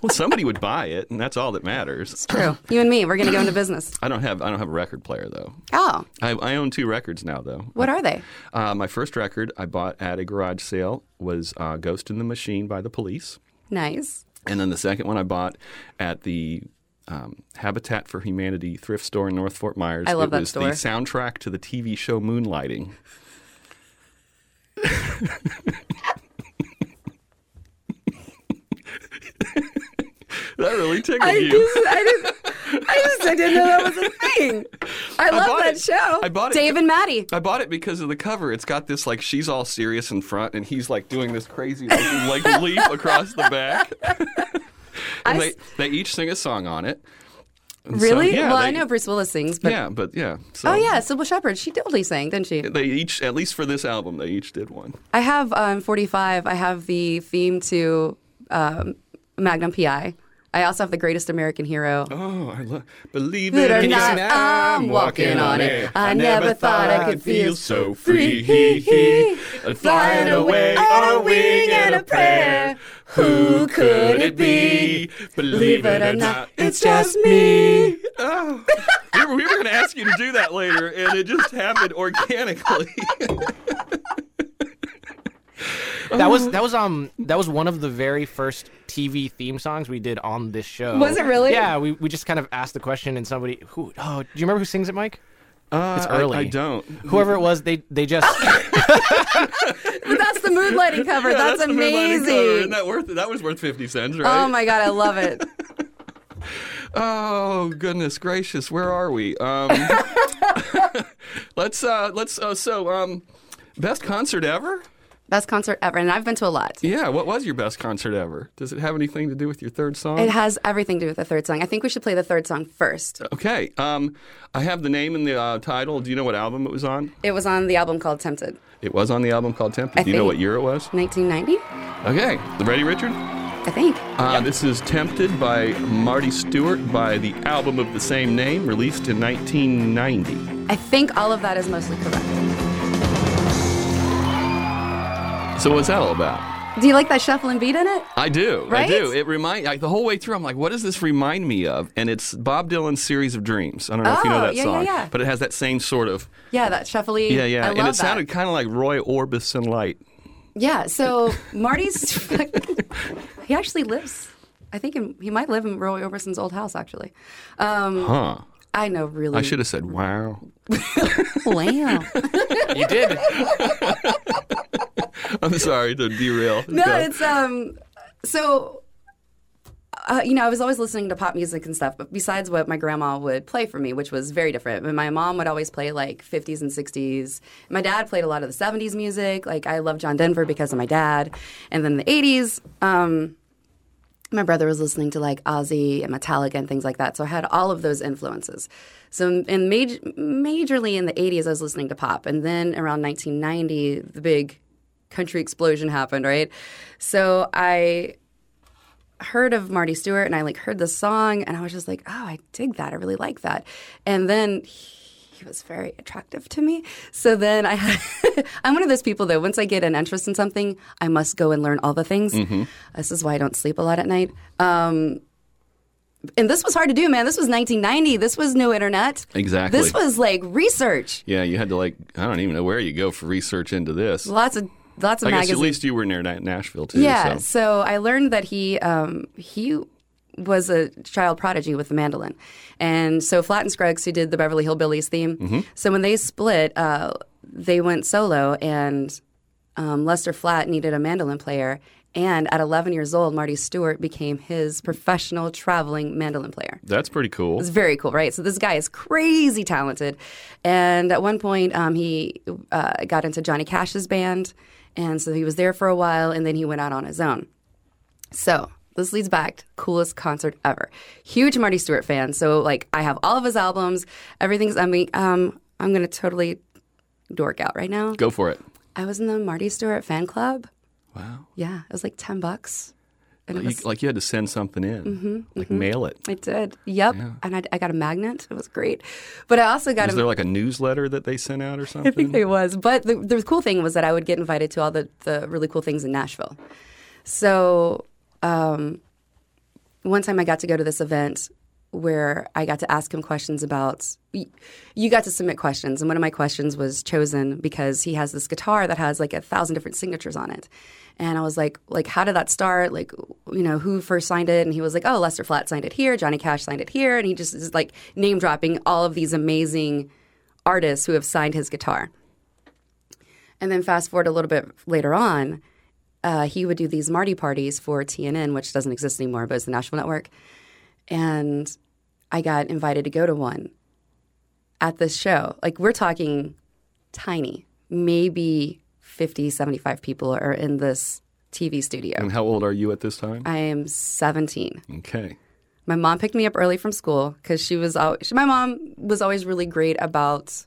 [SPEAKER 3] well, somebody would buy it, and that's all that matters.
[SPEAKER 1] True. You and me, we're gonna go into business.
[SPEAKER 3] I don't have I don't have a record player though.
[SPEAKER 1] Oh,
[SPEAKER 3] I, I own two records now though.
[SPEAKER 1] what are they?
[SPEAKER 3] Uh, my first record I bought at a garage sale was uh, Ghost in the Machine by the Police.
[SPEAKER 1] Nice.
[SPEAKER 3] And then the second one I bought at the um, Habitat for Humanity thrift store in North Fort Myers.
[SPEAKER 1] I love
[SPEAKER 3] it
[SPEAKER 1] that
[SPEAKER 3] was
[SPEAKER 1] store.
[SPEAKER 3] the soundtrack to the TV show Moonlighting. that really tickled you.
[SPEAKER 1] I didn't, I just, I didn't know that was a thing. I
[SPEAKER 3] bought it. I bought it.
[SPEAKER 1] Dave and Maddie.
[SPEAKER 3] I bought it because of the cover. It's got this like she's all serious in front, and he's like doing this crazy like, like leap across the back.
[SPEAKER 1] I
[SPEAKER 3] and
[SPEAKER 1] s-
[SPEAKER 3] they they each sing a song on it. And so,
[SPEAKER 1] really?
[SPEAKER 3] yeah,
[SPEAKER 1] well,
[SPEAKER 3] they-
[SPEAKER 1] I know Bruce Willis sings, but
[SPEAKER 3] Yeah, but yeah. So,
[SPEAKER 1] oh yeah, Sybil Shepherd, she totally sang, didn't she?
[SPEAKER 3] They each, at least for this album, they each did one.
[SPEAKER 1] I have um, 45. I have the theme to um, Magnum PI. I also have the Greatest American Hero.
[SPEAKER 3] Oh, I love. Believe
[SPEAKER 1] Good
[SPEAKER 3] it
[SPEAKER 1] or
[SPEAKER 3] or
[SPEAKER 1] not,
[SPEAKER 3] not,
[SPEAKER 1] I'm
[SPEAKER 3] I'm walking on it. I never thought I could feel so free. Hee hee. Flying away on a wing and a prayer. Who could it be? Believe it or not, it's just me. Oh. We were, we were going to ask you to do that later, and it just happened organically.
[SPEAKER 4] That was that was um that was one of the very first TV theme songs we did on this show.
[SPEAKER 1] Was it really?
[SPEAKER 4] Yeah, we, we just kind of asked the question and somebody who oh do you remember who sings it, Mike?
[SPEAKER 3] it's
[SPEAKER 4] early.
[SPEAKER 3] Uh, I, don't.
[SPEAKER 4] Whoever it was, they they just
[SPEAKER 1] But that's the moonlighting cover. that's,
[SPEAKER 3] the Moonlighting
[SPEAKER 1] amazing.
[SPEAKER 3] cover. Isn't that worth it? That was worth 50 cents, right?
[SPEAKER 1] Oh my god, I love it.
[SPEAKER 3] Oh goodness gracious, where are we? Um, let's uh, let's uh, so um, best concert ever.
[SPEAKER 1] Best concert ever, and I've been to a lot.
[SPEAKER 3] Yeah, what was your best concert ever? Does it have anything to do with your third song?
[SPEAKER 1] It has everything to do with the third song. I think we should play the third song first.
[SPEAKER 3] okay, um, I have the name and the uh, title. Do you know what album it was on?
[SPEAKER 1] It was on the album called Tempted,
[SPEAKER 3] It was on the album called Tempted.
[SPEAKER 1] I
[SPEAKER 3] Do you know
[SPEAKER 1] think-
[SPEAKER 3] what year it was?
[SPEAKER 1] 1990.
[SPEAKER 3] Okay, ready, Richard?
[SPEAKER 1] I think.
[SPEAKER 3] Uh, This is Tempted by Marty Stewart by the album of the same name, released in 1990.
[SPEAKER 1] I think all of that is mostly correct.
[SPEAKER 3] So, what's that all about?
[SPEAKER 1] Do you like that shuffling beat in it?
[SPEAKER 3] I do.
[SPEAKER 1] Right?
[SPEAKER 3] I do. It remind like the whole way through. I'm like, what does this remind me of? And it's Bob Dylan's "Series of Dreams." I don't know if you know
[SPEAKER 1] Oh,
[SPEAKER 3] that
[SPEAKER 1] yeah, yeah,
[SPEAKER 3] song,
[SPEAKER 1] yeah.
[SPEAKER 3] but it has that same sort of
[SPEAKER 1] Yeah, that shuffly.
[SPEAKER 3] yeah, yeah.
[SPEAKER 1] I
[SPEAKER 3] and
[SPEAKER 1] love
[SPEAKER 3] it
[SPEAKER 1] that.
[SPEAKER 3] sounded kind of like Roy Orbison light.
[SPEAKER 1] Yeah. So Marty's, he actually lives. I think in, he might live in Roy Orbison's old house. Actually, um,
[SPEAKER 3] Huh.
[SPEAKER 1] I know really.
[SPEAKER 3] I should have said, wow.
[SPEAKER 1] Wow.
[SPEAKER 4] You did.
[SPEAKER 3] I'm sorry to derail.
[SPEAKER 1] No, it's um. So, uh, you know, I was always listening to pop music and stuff, but besides what my grandma would play for me, which was very different. And my mom would always play like 50s and 60s. My dad played a lot of the 70s music. Like I love John Denver because of my dad, and then the 80s. Um, my brother was listening to like Ozzy and Metallica and things like that. So I had all of those influences. So and maj- majorly in the 80s, I was listening to pop. And then around 1990, the big country explosion happened, right? So I heard of Marty Stewart and I like heard the song and I was just like, oh, I dig that. I really like that. And then he was very attractive to me. So then I had, I'm one of those people though, once I get an interest in something, I must go and learn all the things.
[SPEAKER 3] Mm-hmm.
[SPEAKER 1] This is why I don't sleep a lot at night. Um, and this was hard to do, man. This was 1990. This was no internet.
[SPEAKER 3] Exactly.
[SPEAKER 1] This was like research.
[SPEAKER 3] Yeah, you had to like I don't even know where you go for research into this.
[SPEAKER 1] Lots of lots of
[SPEAKER 3] I guess
[SPEAKER 1] magazines.
[SPEAKER 3] at least you were near Na- Nashville too.
[SPEAKER 1] Yeah, so.
[SPEAKER 3] So.
[SPEAKER 1] I learned that he um, he was a child prodigy with the mandolin, and so Flat and Scruggs, who did the Beverly Hillbillies theme, so when they split, uh, they went solo, and um, Lester Flat needed a mandolin player, and at 11 years old, Marty Stewart became his professional traveling mandolin player.
[SPEAKER 3] That's pretty cool.
[SPEAKER 1] It's very cool, right? So this guy is crazy talented, and at one point, um, he uh, got into Johnny Cash's band, and so he was there for a while, and then he went out on his own. So this leads back to coolest concert ever. Huge Marty Stewart fan, so like I have all of his albums, everything's. I mean, um, I'm gonna totally dork out right now.
[SPEAKER 3] Go for it.
[SPEAKER 1] I was in the Marty Stewart fan club.
[SPEAKER 3] Wow.
[SPEAKER 1] Yeah, it was like ten bucks. And it
[SPEAKER 3] You,
[SPEAKER 1] was,
[SPEAKER 3] like you had to send something in,
[SPEAKER 1] Mm-hmm,
[SPEAKER 3] like mail it.
[SPEAKER 1] I did. Yep. And I, I got a magnet. It was great. But I also got
[SPEAKER 3] Is
[SPEAKER 1] a
[SPEAKER 3] there like a newsletter that they sent out or something?
[SPEAKER 1] I think it was. But the, the cool thing was that I would get invited to all the, the really cool things in Nashville. So um, one time I got to go to this event where I got to ask him questions about. y- You got to submit questions, and one of my questions was chosen because he has this guitar that has like a thousand different signatures on it, and I was like, like how did that start? Like, you know, who first signed it? And he was like, oh, Lester Flat signed it here, Johnny Cash signed it here, and he just is like name dropping all of these amazing artists who have signed his guitar. And then fast forward a little bit later on, uh, he would do these Marty parties for TNN, which doesn't exist anymore, but it's the national network. And I got invited to go to one at this show. Like we're talking tiny, maybe 50, 75 people are in this TV studio.
[SPEAKER 3] And how old are you at this time?
[SPEAKER 1] I am 17
[SPEAKER 3] okay.
[SPEAKER 1] my mom picked me up early from school because she was always, my mom was always really great about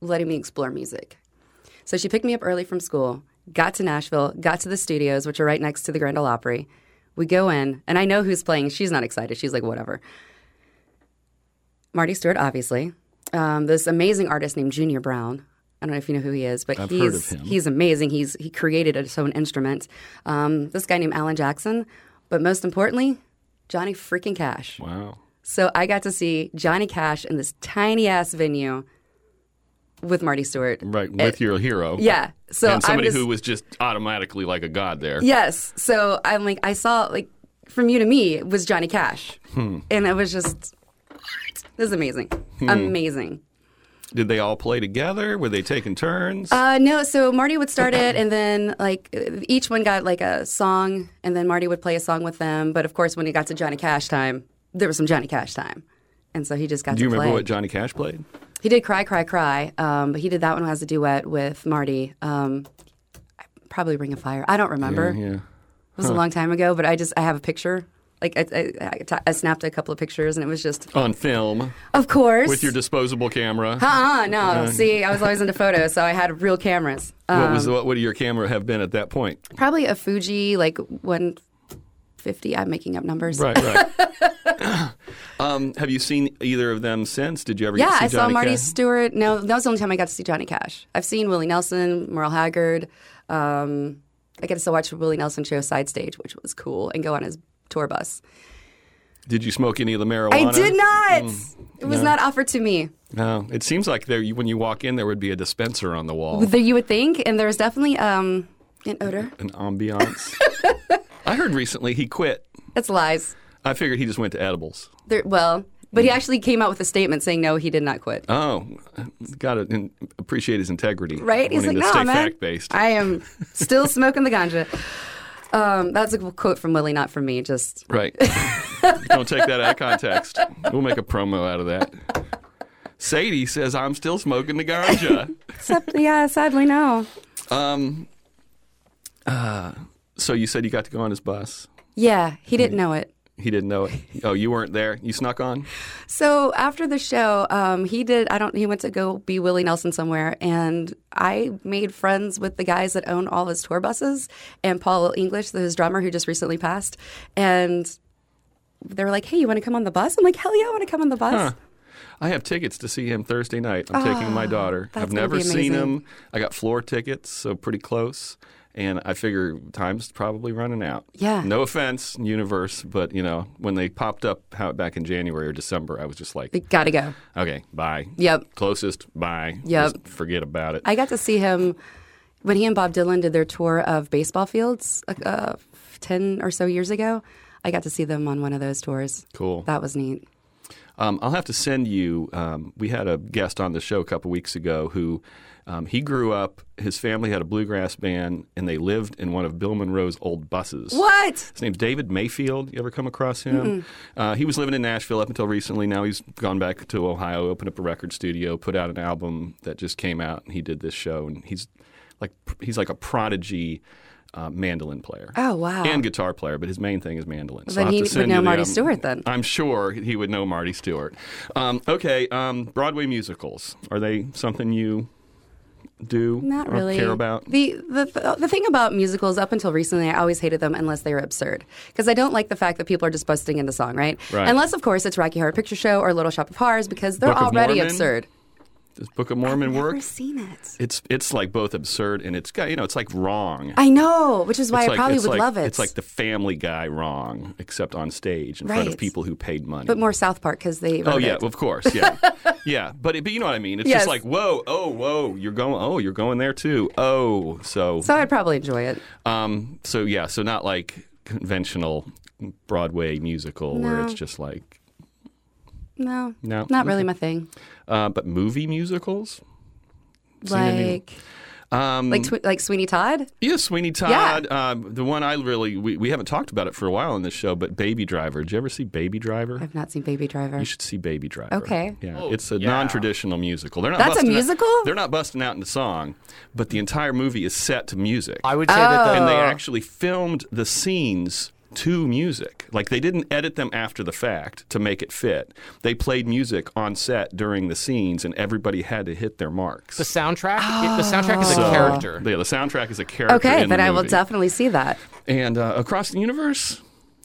[SPEAKER 1] letting me explore music. So she picked me up early from school, got to Nashville, got to the studios, which are right next to the Grand Ole Opry. We go in, and I know who's playing. She's not excited. She's like, whatever. Marty Stewart, obviously. Um, this amazing artist named Junior Brown. I don't know if you know who he is, but
[SPEAKER 3] I've heard
[SPEAKER 1] he's
[SPEAKER 3] of him.
[SPEAKER 1] he's amazing. He's he created his own instrument. Um, this guy named Alan Jackson, but most importantly, Johnny freaking Cash.
[SPEAKER 3] Wow.
[SPEAKER 1] So I got to see Johnny Cash in this tiny ass venue with Marty Stewart.
[SPEAKER 3] Right. With your hero.
[SPEAKER 1] Eh, Yeah. So
[SPEAKER 3] and somebody
[SPEAKER 1] I'm just,
[SPEAKER 3] who was just automatically like a god there.
[SPEAKER 1] Yes. So I'm like, I saw like from you to me was Johnny Cash,
[SPEAKER 3] Hmm.
[SPEAKER 1] and it was just this is amazing, amazing.
[SPEAKER 3] Did they all play together? Were they taking turns?
[SPEAKER 1] Uh, no, so Marty would start it, and then like each one got like a song, and then Marty would play a song with them. But of course, when it got to Johnny Cash time, there was some Johnny Cash time, and so he just got
[SPEAKER 3] Do you
[SPEAKER 1] to
[SPEAKER 3] remember
[SPEAKER 1] play.
[SPEAKER 3] what Johnny Cash played?
[SPEAKER 1] He did "Cry, Cry, Cry," um, but he did that one as a duet with Marty. Um, probably "Ring of Fire." I don't remember.
[SPEAKER 3] Yeah.
[SPEAKER 1] It was a long time ago, but I just I have a picture. Like I, I, I t- I snapped a couple of pictures, and it was just
[SPEAKER 3] On film
[SPEAKER 1] of course
[SPEAKER 3] with your Uh-huh. disposable camera.
[SPEAKER 1] uh-uh, no, see, I was always into photos, so I had real cameras. Um,
[SPEAKER 3] What was what would your camera have been at that point?
[SPEAKER 1] Probably a Fuji, like one fifty 50. I'm making up numbers.
[SPEAKER 2] Right, right.
[SPEAKER 3] Um, have you seen either of them since? Did you ever
[SPEAKER 1] Yeah,
[SPEAKER 3] get to see
[SPEAKER 1] I saw
[SPEAKER 3] Johnny
[SPEAKER 1] Marty
[SPEAKER 3] Cash?
[SPEAKER 1] Stewart. No, that was the only time I got to see Johnny Cash. I've seen Willie Nelson, Merle Haggard. Um, I got to watch the Willie Nelson show side stage, which was cool, and go on his tour bus.
[SPEAKER 3] Did you smoke any of the marijuana?
[SPEAKER 1] I did not.
[SPEAKER 3] Mm.
[SPEAKER 1] it was not offered to me.
[SPEAKER 3] No. It seems like there, when you walk in, there would be a dispenser on the wall,
[SPEAKER 1] That you would think, and there was definitely um, an odor.
[SPEAKER 3] an ambiance. I heard recently he quit.
[SPEAKER 1] That's lies.
[SPEAKER 3] I figured he just went to edibles.
[SPEAKER 1] There, well, but
[SPEAKER 3] Mm.
[SPEAKER 1] he actually came out with a statement saying no, he did not quit.
[SPEAKER 3] Oh, got to appreciate his integrity.
[SPEAKER 1] Right? He's like,
[SPEAKER 3] Wanting
[SPEAKER 1] no,
[SPEAKER 3] to stay
[SPEAKER 1] man,
[SPEAKER 3] fact based.
[SPEAKER 1] I am still smoking the ganja. Um, that's a quote from Willie, not from me. Just
[SPEAKER 3] Right. Don't take that out of context. We'll make a promo out of that. Sadie says, I'm still smoking the ganja.
[SPEAKER 1] Except, yeah, sadly, no.
[SPEAKER 3] so you said you got to go on his bus.
[SPEAKER 1] Yeah, he didn't know it.
[SPEAKER 3] He didn't know it. Oh, you weren't there? You snuck on?
[SPEAKER 1] So after the show, um, he did. I don't. He went to go be Willie Nelson somewhere, and I made friends with the guys that own all his tour buses and Paul English, his drummer who just recently passed, and they were like, "Hey, you want to come on the bus?" I'm like, "Hell yeah, I want to come on the bus."
[SPEAKER 3] I have tickets to see him Thursday night. I'm taking my daughter.
[SPEAKER 1] Ah, that's
[SPEAKER 3] I've
[SPEAKER 1] gonna
[SPEAKER 3] never
[SPEAKER 1] be
[SPEAKER 3] seen
[SPEAKER 1] amazing.
[SPEAKER 3] him. I got floor tickets, so pretty close. And I figure time's probably running out.
[SPEAKER 1] Yeah.
[SPEAKER 3] No offense, universe, but you know, when they popped up how, back in January or December, I was just like,
[SPEAKER 1] They gotta go.
[SPEAKER 3] okay, bye.
[SPEAKER 1] Yep.
[SPEAKER 3] Closest, bye.
[SPEAKER 1] Yep.
[SPEAKER 3] Just forget about it.
[SPEAKER 1] I got to see him when he and Bob Dylan did their tour of baseball fields uh, uh, ten or so years ago. I got to see them on one of those tours.
[SPEAKER 3] Cool.
[SPEAKER 1] That was neat.
[SPEAKER 3] Um, I'll have to send you. Um, we had a guest on the show a couple weeks ago who um, he grew up. His family had a bluegrass band, and they lived in one of Bill Monroe's old buses.
[SPEAKER 1] What?
[SPEAKER 3] His name's David Mayfield. You ever come across him? Uh, he was living in Nashville up until recently. Now he's gone back to Ohio, opened up a record studio, put out an album that just came out, and he did this show. And he's like he's like a prodigy uh, mandolin player.
[SPEAKER 1] Oh, wow.
[SPEAKER 3] And guitar player, but his main thing is mandolin.
[SPEAKER 1] Then
[SPEAKER 3] I'll have
[SPEAKER 1] he
[SPEAKER 3] to
[SPEAKER 1] would
[SPEAKER 3] send
[SPEAKER 1] know
[SPEAKER 3] you the,
[SPEAKER 1] Marty Stewart then.
[SPEAKER 3] I'm sure he would know Marty Stewart. Um, okay, um, Broadway musicals are they something you do?
[SPEAKER 1] Not
[SPEAKER 3] or
[SPEAKER 1] really.
[SPEAKER 3] Care about?
[SPEAKER 1] the the the thing about musicals up until recently, I always hated them unless they were absurd because I don't like the fact that people are just busting into song, right?
[SPEAKER 3] Right.
[SPEAKER 1] Unless, of course, it's Rocky Horror Picture Show or Little Shop of Horrors because they're
[SPEAKER 3] Book of
[SPEAKER 1] already
[SPEAKER 3] Mormon?
[SPEAKER 1] absurd.
[SPEAKER 3] Does Book of Mormon work?
[SPEAKER 1] Never seen it.
[SPEAKER 3] It's it's like both absurd and it's got you know it's like wrong.
[SPEAKER 1] I know, which is why I
[SPEAKER 3] It's like-
[SPEAKER 1] probably
[SPEAKER 3] it's
[SPEAKER 1] would
[SPEAKER 3] like-
[SPEAKER 1] love it.
[SPEAKER 3] It's like the Family Guy wrong, except on stage in front of
[SPEAKER 1] Right.
[SPEAKER 3] people who paid money.
[SPEAKER 1] but more South Park because they.
[SPEAKER 3] Oh
[SPEAKER 1] wrote
[SPEAKER 3] yeah,
[SPEAKER 1] it.
[SPEAKER 3] of course, yeah, yeah. But it, but you know what I mean. It's
[SPEAKER 1] Yes.
[SPEAKER 3] just like whoa, oh whoa, you're going, oh you're going there too, oh so
[SPEAKER 1] So I'd probably enjoy it.
[SPEAKER 3] um so yeah, so not like conventional Broadway musical where
[SPEAKER 1] No.
[SPEAKER 3] it's just like
[SPEAKER 1] No,
[SPEAKER 3] No.
[SPEAKER 1] not really my thing.
[SPEAKER 3] uh, but movie musicals. Seen any-
[SPEAKER 1] Like,
[SPEAKER 3] Um,
[SPEAKER 1] like, tw- like Sweeney Todd.
[SPEAKER 3] Yeah, Sweeney Todd. Um, the one I really we, we haven't talked about it for a while on this show, but Baby Driver. Did you ever see Baby Driver?
[SPEAKER 1] I've not seen Baby Driver.
[SPEAKER 3] You should see Baby Driver.
[SPEAKER 1] Okay.
[SPEAKER 3] Yeah,
[SPEAKER 4] Oh,
[SPEAKER 3] it's a
[SPEAKER 4] yeah.
[SPEAKER 3] non-traditional musical. They're not.
[SPEAKER 1] That's a
[SPEAKER 3] busting out-
[SPEAKER 1] musical?
[SPEAKER 3] they're not busting out into song, but the entire movie is set to music,
[SPEAKER 4] I uh, would say that the,
[SPEAKER 3] and they actually filmed the scenes to music. Like they didn't edit them after the fact to make it fit. They played music on set during the scenes, and everybody had to hit their marks.
[SPEAKER 4] the soundtrack. it- the soundtrack is a
[SPEAKER 3] So,
[SPEAKER 4] character.
[SPEAKER 3] Yeah, the soundtrack is a character.
[SPEAKER 1] okay,
[SPEAKER 3] in
[SPEAKER 1] then
[SPEAKER 3] the
[SPEAKER 1] I will
[SPEAKER 3] movie.
[SPEAKER 1] definitely see that.
[SPEAKER 3] And uh, across the universe,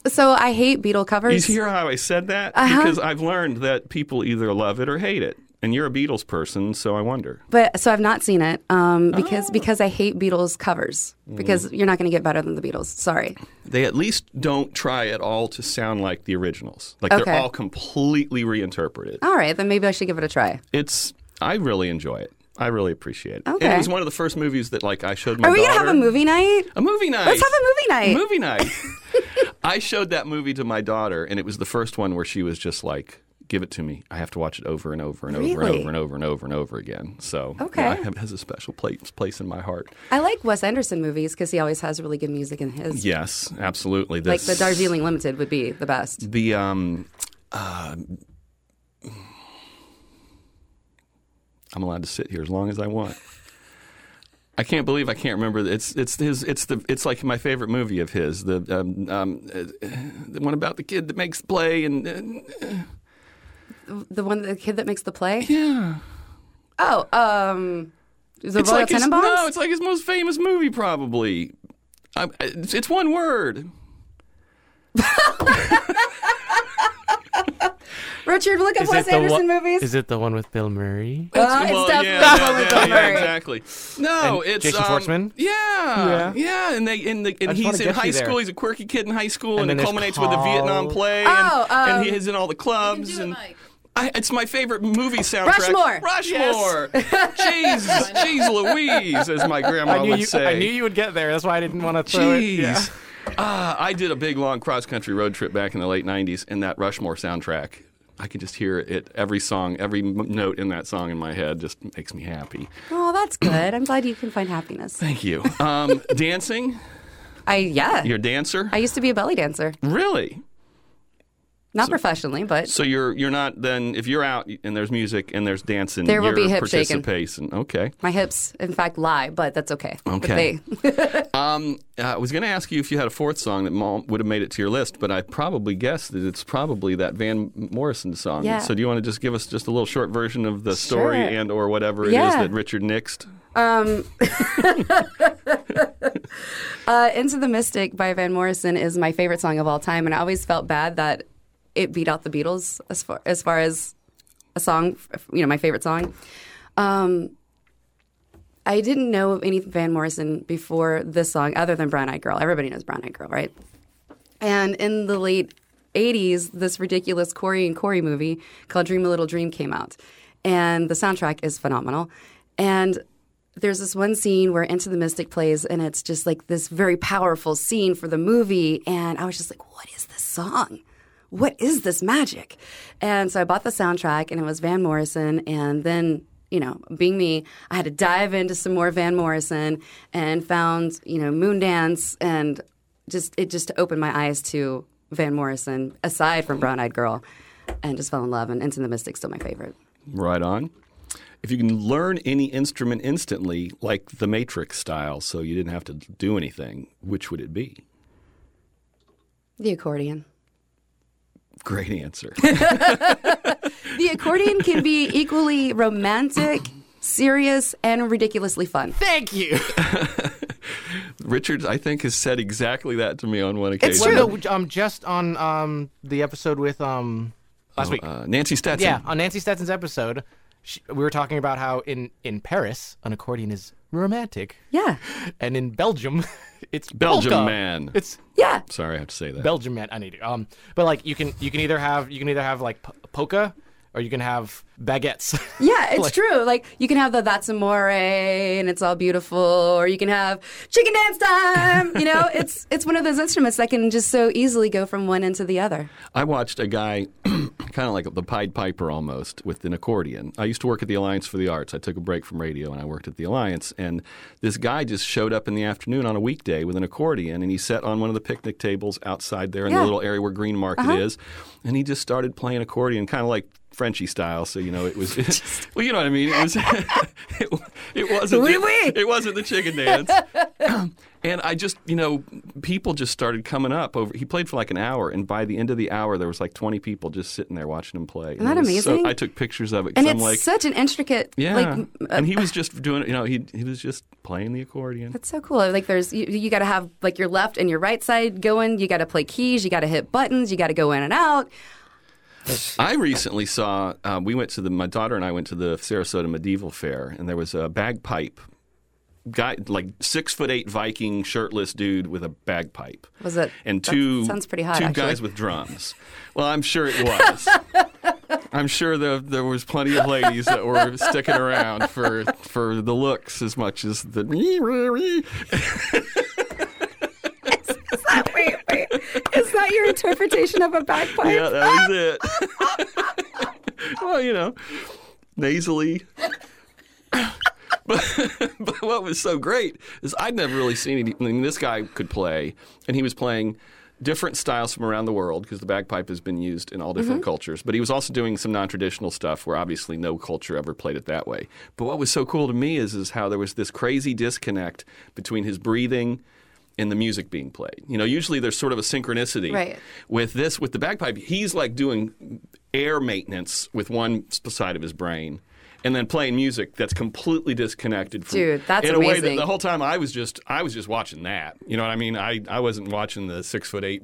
[SPEAKER 1] So I hate Beatle covers.
[SPEAKER 3] You hear how I said that?
[SPEAKER 1] Uh-huh.
[SPEAKER 3] Because I've learned that people either love it or hate it. And you're a Beatles person, so I wonder.
[SPEAKER 1] But so I've not seen it
[SPEAKER 3] Oh.
[SPEAKER 1] um, because because I hate Beatles covers
[SPEAKER 3] Mm-hmm.
[SPEAKER 1] because you're not going to get better than the Beatles. Sorry.
[SPEAKER 3] They at least don't try at all to sound like the originals. Like
[SPEAKER 1] Okay.
[SPEAKER 3] they're all completely reinterpreted.
[SPEAKER 1] All right, then maybe I should give it a try.
[SPEAKER 3] It's I really enjoy it. I really appreciate it. And
[SPEAKER 1] Okay.
[SPEAKER 3] it was one of the first movies that like I showed my
[SPEAKER 1] Are we going to
[SPEAKER 3] daughter.
[SPEAKER 1] have a movie night?
[SPEAKER 3] A movie night.
[SPEAKER 1] Let's have a movie night.
[SPEAKER 3] Movie night. I showed that movie to my daughter, and it was the first one where she was just like, "Give it to me. I have to watch it over and over and over and
[SPEAKER 1] Really?
[SPEAKER 3] over and over and over and over again." So
[SPEAKER 1] Okay.
[SPEAKER 3] yeah, I have, it has a special place place in my heart.
[SPEAKER 1] I like Wes Anderson movies because he always has really good music in his.
[SPEAKER 3] Yes, absolutely.
[SPEAKER 1] Like
[SPEAKER 3] This,
[SPEAKER 1] the Darjeeling Limited would be the best.
[SPEAKER 3] the um, uh, I'm allowed to sit here as long as I want. I can't believe I can't remember. It's it's his it's the it's like my favorite movie of his. The um, um, uh, the one about the kid that makes the play and uh,
[SPEAKER 1] The one, the kid that makes the play.
[SPEAKER 3] yeah.
[SPEAKER 1] Oh, um, the
[SPEAKER 3] It's
[SPEAKER 1] Royal
[SPEAKER 3] like his,
[SPEAKER 1] Tenenbaums.
[SPEAKER 3] no, it's like his most famous movie probably. I, it's, it's one word.
[SPEAKER 1] Richard, look up Wes Anderson movies.
[SPEAKER 4] Is it the one with Bill Murray?
[SPEAKER 1] Uh, it's
[SPEAKER 3] Well,
[SPEAKER 1] definitely
[SPEAKER 3] yeah,
[SPEAKER 1] the one
[SPEAKER 3] yeah,
[SPEAKER 1] with
[SPEAKER 3] yeah,
[SPEAKER 1] Bill
[SPEAKER 3] yeah,
[SPEAKER 1] Murray.
[SPEAKER 3] exactly. No, it's
[SPEAKER 4] Jason
[SPEAKER 3] um,
[SPEAKER 4] Schwartzman?
[SPEAKER 3] Yeah,
[SPEAKER 4] Yeah.
[SPEAKER 3] yeah, and they and, the, and
[SPEAKER 4] just wanna
[SPEAKER 3] he's in
[SPEAKER 4] get you
[SPEAKER 3] high
[SPEAKER 4] there.
[SPEAKER 3] school. He's a quirky kid in high school,
[SPEAKER 4] And
[SPEAKER 3] and,
[SPEAKER 4] then
[SPEAKER 3] it
[SPEAKER 4] there's
[SPEAKER 3] culminates with the
[SPEAKER 4] Paul.
[SPEAKER 3] Vietnam play.
[SPEAKER 1] Oh,
[SPEAKER 3] and, and
[SPEAKER 1] um,
[SPEAKER 3] he is in all the
[SPEAKER 6] You can
[SPEAKER 3] clubs.
[SPEAKER 6] do it,
[SPEAKER 3] and
[SPEAKER 6] Mike.
[SPEAKER 3] I, it's my favorite movie soundtrack.
[SPEAKER 1] Rushmore.
[SPEAKER 3] Rushmore. Jeez, jeez, Louise, as my grandma
[SPEAKER 4] I knew
[SPEAKER 3] would
[SPEAKER 4] you.
[SPEAKER 3] say.
[SPEAKER 4] I knew you would get there. That's why I didn't want to throw
[SPEAKER 3] Jeez.
[SPEAKER 4] it. Yeah.
[SPEAKER 3] Ah, I did a big long cross country road trip back in the late 90s, and that Rushmore soundtrack, I can just hear it. Every song, every m- note in that song in my head just makes me happy.
[SPEAKER 1] Oh, that's good. I'm glad you can find happiness.
[SPEAKER 3] Thank you. Um, dancing,
[SPEAKER 1] I yeah.
[SPEAKER 3] you're a dancer?
[SPEAKER 1] I used to be a belly dancer,
[SPEAKER 3] really?
[SPEAKER 1] not professionally, but
[SPEAKER 3] So you're you're not then if you're out and there's music and there's dancing,
[SPEAKER 1] There will
[SPEAKER 3] you're
[SPEAKER 1] be hip shaking.
[SPEAKER 3] participation. Okay.
[SPEAKER 1] my hips, in fact, lie. But that's okay. But
[SPEAKER 3] Okay.
[SPEAKER 1] they-
[SPEAKER 3] Um, uh, I was going to ask you if you had a fourth song that mom would have made it to your list, but I probably guessed that it's probably that Van Morrison song.
[SPEAKER 1] Yeah.
[SPEAKER 3] So do you want to just give us just a little short version of the story
[SPEAKER 1] Sure.
[SPEAKER 3] and or whatever it is
[SPEAKER 1] Yeah.
[SPEAKER 3] that Richard nixed?
[SPEAKER 1] Uh, Into the Mystic by Van Morrison is my favorite song of all time, and I always felt bad that it beat out the Beatles as far as, far as a song, you know, my favorite song. Um, I didn't know of any Van Morrison before this song, other than Brown Eyed Girl. Everybody knows Brown Eyed Girl, right? And in the late 80s, this ridiculous Corey and Corey movie called Dream a Little Dream came out. And the soundtrack is phenomenal. And there's this one scene where Into the Mystic plays, and it's just like this very powerful scene for the movie. And I was just like, what is this song? What is this magic? And so I bought the soundtrack, and it was Van Morrison. And then, you know, being me, I had to dive into some more Van Morrison and found, you know, Moondance and just it just opened my eyes to Van Morrison aside from Brown Eyed Girl, and just fell in love. And Into the Mystic's still my favorite.
[SPEAKER 3] Right on. If you can learn any instrument instantly, like the Matrix style, so you didn't have to do anything, which would it be?
[SPEAKER 1] The accordion.
[SPEAKER 3] Great answer.
[SPEAKER 1] The accordion can be equally romantic, serious, and ridiculously fun.
[SPEAKER 4] Thank you.
[SPEAKER 3] Richard, I think, has said exactly that to me on one occasion.
[SPEAKER 1] It's true.
[SPEAKER 4] Well, no, um, just on um the episode with um last week.
[SPEAKER 3] Uh, Nancy Stetson.
[SPEAKER 4] yeah, on Nancy Stetson's episode, she, we were talking about how in in Paris an accordion is romantic,
[SPEAKER 1] Yeah,
[SPEAKER 4] and in Belgium, it's
[SPEAKER 3] Belgium
[SPEAKER 4] polka.
[SPEAKER 3] man.
[SPEAKER 4] It's
[SPEAKER 1] yeah.
[SPEAKER 3] Sorry, I have to say that.
[SPEAKER 4] Belgium man. I need it. Um, but like you can you can either have you can either have like p- polka or you can have baguettes.
[SPEAKER 1] Yeah, it's
[SPEAKER 4] Like-
[SPEAKER 1] true. Like you can have the that's amore and it's all beautiful, or you can have chicken dance time. You know, it's it's one of those instruments that can just so easily go from one end to the other.
[SPEAKER 3] I watched a guy, kind of like the Pied Piper almost, with an accordion. I used to work at the Alliance for the Arts. I took a break from radio and I worked at the Alliance. And this guy just showed up in the afternoon on a weekday with an accordion and he sat on one of the picnic tables outside there in the
[SPEAKER 1] Yeah.
[SPEAKER 3] little area where Green Market is. And he just started playing accordion, kind of like Frenchy style. So, you know, it was, well, you know what I mean? It was, it, wa- it wasn't,
[SPEAKER 1] Oui,
[SPEAKER 3] the,
[SPEAKER 1] oui.
[SPEAKER 3] it wasn't the chicken dance. And I just, you know, people just started coming up over. He played for like an hour, and by the end of the hour, there was like 20 people just sitting there watching him play. Isn't
[SPEAKER 1] that amazing?
[SPEAKER 3] I took pictures of it. 'cause
[SPEAKER 1] And
[SPEAKER 3] I'm
[SPEAKER 1] it's
[SPEAKER 3] like,
[SPEAKER 1] such an intricate,
[SPEAKER 3] yeah.
[SPEAKER 1] like, m- uh,
[SPEAKER 3] and he was just doing, you know, he he was just playing the accordion.
[SPEAKER 1] That's so cool. Like there's you, you got to have like your left and your right side going. You got to play keys. You got to hit buttons. You got to go in and out.
[SPEAKER 3] I recently saw. Um, we went to the. My daughter and I went to the Sarasota Medieval Fair, and there was a bagpipe guy, like six foot eight Viking shirtless dude with a bagpipe.
[SPEAKER 1] Was it-
[SPEAKER 3] And
[SPEAKER 1] that
[SPEAKER 3] two
[SPEAKER 1] sounds pretty hot,
[SPEAKER 3] Two
[SPEAKER 1] actually.
[SPEAKER 3] guys with drums. Well, I'm sure it was. I'm sure there there was plenty of ladies that were sticking around for for the looks as much as the.
[SPEAKER 1] Wait, wait. Is that your interpretation of a bagpipe?
[SPEAKER 3] Yeah, that was it. well, you know, nasally. but, but what was so great is I'd never really seen any. I mean, this guy could play, and he was playing different styles from around the world because the bagpipe has been used in all different cultures. But he was also doing some non-traditional stuff where obviously no culture ever played it that way. But what was so cool to me is is how there was this crazy disconnect between his breathing and the music being played. You know, usually there's sort of a synchronicity
[SPEAKER 1] Right.
[SPEAKER 3] with this with the bagpipe he's like doing air maintenance with one s- side of his brain and then playing music that's completely disconnected from
[SPEAKER 1] Dude, that's
[SPEAKER 3] in a way that
[SPEAKER 1] amazing.
[SPEAKER 3] the whole time I was just I was just watching that. You know what I mean? I, I wasn't watching the six foot eight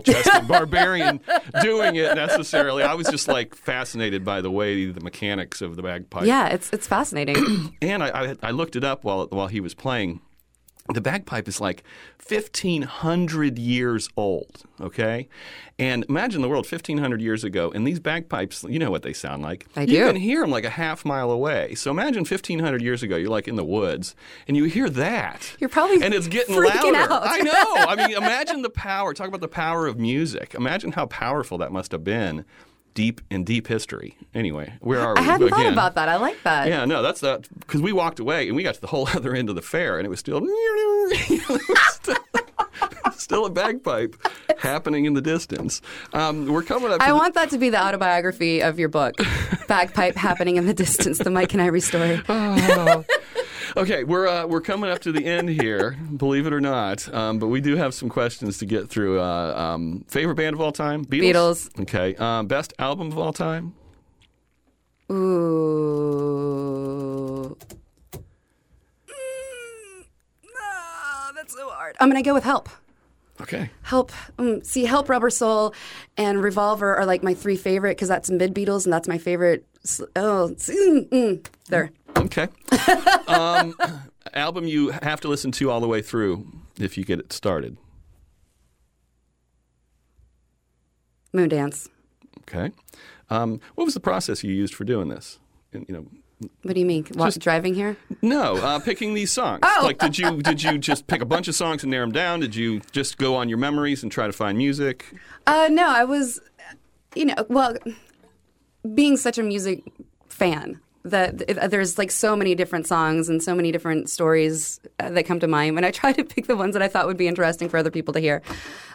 [SPEAKER 3] chested barbarian doing it necessarily. I was just like fascinated by the way the mechanics of the bagpipe.
[SPEAKER 1] Yeah, it's it's fascinating.
[SPEAKER 3] And I, I, I looked it up while while he was playing. The bagpipe is like 1500 years old, okay? And imagine the world 1500 years ago, and these bagpipes, you know what they sound like.
[SPEAKER 1] I
[SPEAKER 3] You
[SPEAKER 1] do.
[SPEAKER 3] can hear them like a half mile away. So imagine 1500 years ago, you're like in the woods, and you hear that.
[SPEAKER 1] You're probably
[SPEAKER 3] And it's getting
[SPEAKER 1] freaking
[SPEAKER 3] louder.
[SPEAKER 1] out.
[SPEAKER 3] I know. I mean, imagine the power. Talk about the power of music. Imagine how powerful that must have been deep in deep history. Anyway, where are we?
[SPEAKER 1] I hadn't thought
[SPEAKER 3] Again.
[SPEAKER 1] about that. I like that.
[SPEAKER 3] Yeah, no, that's not because we walked away and we got to the whole other end of the fair and it was still, it was still, still a bagpipe happening in the distance. Um, we're coming up. To
[SPEAKER 1] I
[SPEAKER 3] the-
[SPEAKER 1] want that to be the autobiography of your book, Bagpipe Happening in the Distance, the Mike and Irie story.
[SPEAKER 3] okay, we're uh, we're coming up to the end here, believe it or not. Um, but we do have some questions to get through. Uh, um, favorite band of all time? Beatles.
[SPEAKER 1] Beatles.
[SPEAKER 3] Okay. Um, best album of all time?
[SPEAKER 1] Ooh. Mm, ah, that's so hard. I'm going to go with Help.
[SPEAKER 3] Okay.
[SPEAKER 1] Help. Um, see, Help, Rubber Soul, and Revolver are like my three favorite because that's mid Beatles and that's my favorite. s- Oh, it's- mm, mm. there.
[SPEAKER 3] Okay. um, album you have to listen to all the way through if you get it started.
[SPEAKER 1] Moondance.
[SPEAKER 3] Okay. Um, what was the process you used for doing this? And, you know,
[SPEAKER 1] What do you mean? Wa- driving here?
[SPEAKER 3] no, uh, picking these songs.
[SPEAKER 1] Oh.
[SPEAKER 3] Like, did you did you just pick a bunch of songs and narrow them down? Did you just go on your memories and try to find music?
[SPEAKER 1] Uh, no, I was, you know, well, being such a music fan that th- uh, there's like so many different songs and so many different stories uh, that come to mind. And I try to pick the ones that I thought would be interesting for other people to hear.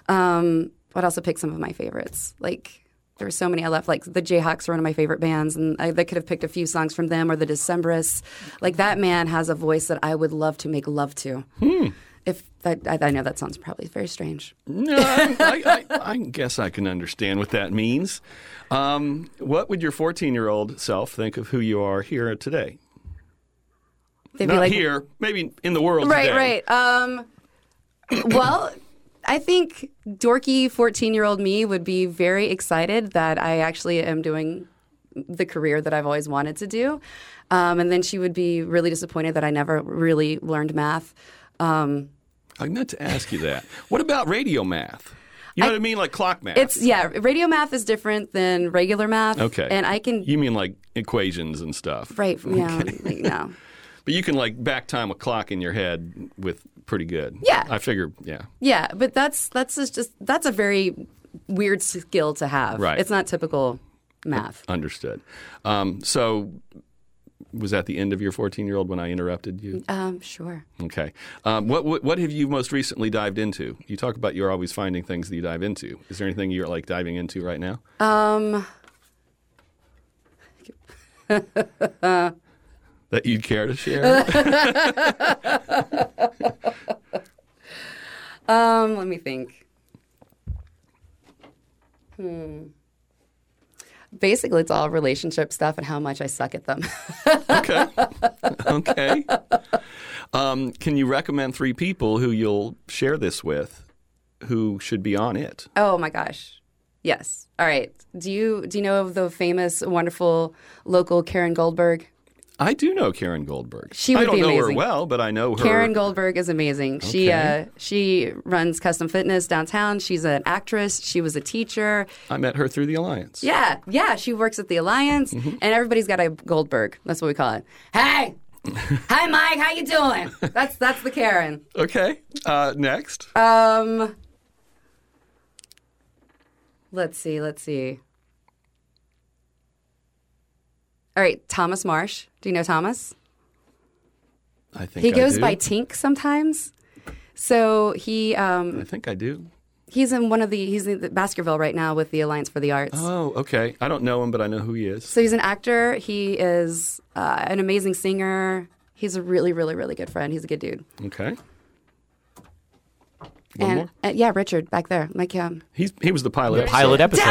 [SPEAKER 1] Um, I'd also pick some of my favorites. Like there were so many I left. Like the Jayhawks were one of my favorite bands, and I, I could have picked a few songs from them or the Decemberists. Like that man has a voice that I would love to make love to.
[SPEAKER 3] Hmm.
[SPEAKER 1] If that, I, I know that sounds probably very strange.
[SPEAKER 3] No, I, I, I, I guess I can understand what that means. Um, what would your 14 year old self think of who you are here today?
[SPEAKER 1] They'd
[SPEAKER 3] Not here, maybe in the world.
[SPEAKER 1] Right,
[SPEAKER 3] today.
[SPEAKER 1] right. Um, well, I think dorky 14 year old me would be very excited that I actually am doing the career that I've always wanted to do. Um, and then she would be really disappointed that I never really learned math. Um,
[SPEAKER 3] I meant to ask you that. What about radio math? You know what I mean, like clock math.
[SPEAKER 1] it's, yeah, radio math is different than regular math.
[SPEAKER 3] okay.
[SPEAKER 1] And I can,
[SPEAKER 3] You mean like equations and stuff?
[SPEAKER 1] right, yeah, like, no.
[SPEAKER 3] But you can like back time a clock in your head with pretty good.
[SPEAKER 1] Yeah.
[SPEAKER 3] I figure, yeah.
[SPEAKER 1] Yeah, but that's, that's just, just, that's a very weird skill to have.
[SPEAKER 3] Right. Uh,
[SPEAKER 1] It's not typical math.
[SPEAKER 3] Understood. Um, so was that the end of your 14 year old when I interrupted you?
[SPEAKER 1] Um, sure.
[SPEAKER 3] Okay. Um, what, what what have you most recently dived into? You talk about you're always finding things that you dive into. Is there anything you're like diving into right now?
[SPEAKER 1] Um,
[SPEAKER 3] That you'd care to share?
[SPEAKER 1] Um, let me think. Hmm. Basically, it's all relationship stuff and how much I suck at them.
[SPEAKER 3] okay. okay. Um, can you recommend three people who you'll share this with who should be on it?
[SPEAKER 1] oh my gosh. Yes. All right. Do you do you know of the famous, wonderful local Karen Goldberg?
[SPEAKER 3] I do know Karen Goldberg.
[SPEAKER 1] She would
[SPEAKER 3] I don't
[SPEAKER 1] be
[SPEAKER 3] know her
[SPEAKER 1] amazing.
[SPEAKER 3] well, but I know her.
[SPEAKER 1] Karen Goldberg is amazing. She
[SPEAKER 3] Okay.
[SPEAKER 1] uh, she runs Custom Fitness downtown. She's an actress. She was a teacher.
[SPEAKER 3] I met her through the Alliance.
[SPEAKER 1] Yeah, yeah. She works at the Alliance,
[SPEAKER 3] Mm-hmm.
[SPEAKER 1] and everybody's got a Goldberg. That's what we call it. Hey, hi, Mike. How you doing? That's that's the Karen.
[SPEAKER 3] Okay. Uh, next.
[SPEAKER 1] Um, let's see, let's see. All right, Thomas Marsh. Do you know Thomas?
[SPEAKER 3] I think
[SPEAKER 1] He
[SPEAKER 3] I
[SPEAKER 1] goes
[SPEAKER 3] do.
[SPEAKER 1] by Tink sometimes. So he um,
[SPEAKER 3] I think I do.
[SPEAKER 1] he's in one of the he's in the Baskerville right now with the Alliance for the Arts.
[SPEAKER 3] Oh, okay. I don't know him, but I know who he is.
[SPEAKER 1] So he's an actor. He is uh, an amazing singer. He's a really, really, really good friend. He's a good dude.
[SPEAKER 3] Okay. One
[SPEAKER 1] and
[SPEAKER 3] more.
[SPEAKER 1] uh, yeah, Richard back there. Like um,
[SPEAKER 3] He's, he was the pilot.
[SPEAKER 4] Pilot episode.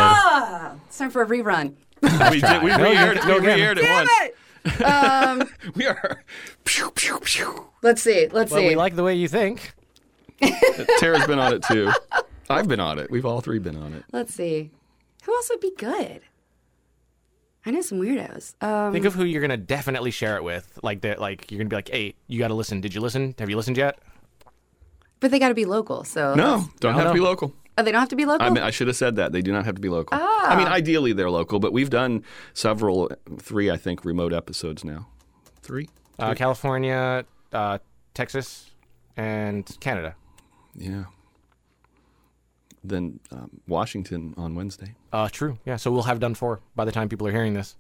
[SPEAKER 1] it's time for a rerun.
[SPEAKER 3] we did, we re-aired it, we
[SPEAKER 4] no, no.
[SPEAKER 3] re-aired it once.
[SPEAKER 1] Damn it! Um,
[SPEAKER 3] We are. Pew, pew, pew.
[SPEAKER 1] Let's see. Let's
[SPEAKER 4] Well,
[SPEAKER 1] see.
[SPEAKER 4] we like the way you think.
[SPEAKER 3] Tara's been on it too. I've been on it. We've all three been on it.
[SPEAKER 1] Let's see. Who else would be good? I know some weirdos. Um,
[SPEAKER 4] Think of who you're gonna definitely share it with. Like that, like you're gonna be like, "Hey, you gotta listen. Did you listen? Have you listened yet?"
[SPEAKER 1] but they got to be local. So
[SPEAKER 3] No, don't have to be local.
[SPEAKER 1] Oh, they don't have to be local.
[SPEAKER 3] I, mean, I should have said that. They do not have to be local. I mean, ideally they're local, but we've done several, three, I think, remote episodes now. Three?
[SPEAKER 4] Uh, California, uh, Texas, and Canada.
[SPEAKER 3] Yeah. Then um, Washington on Wednesday.
[SPEAKER 4] Uh, true. Yeah. So we'll have done four by the time people are hearing this.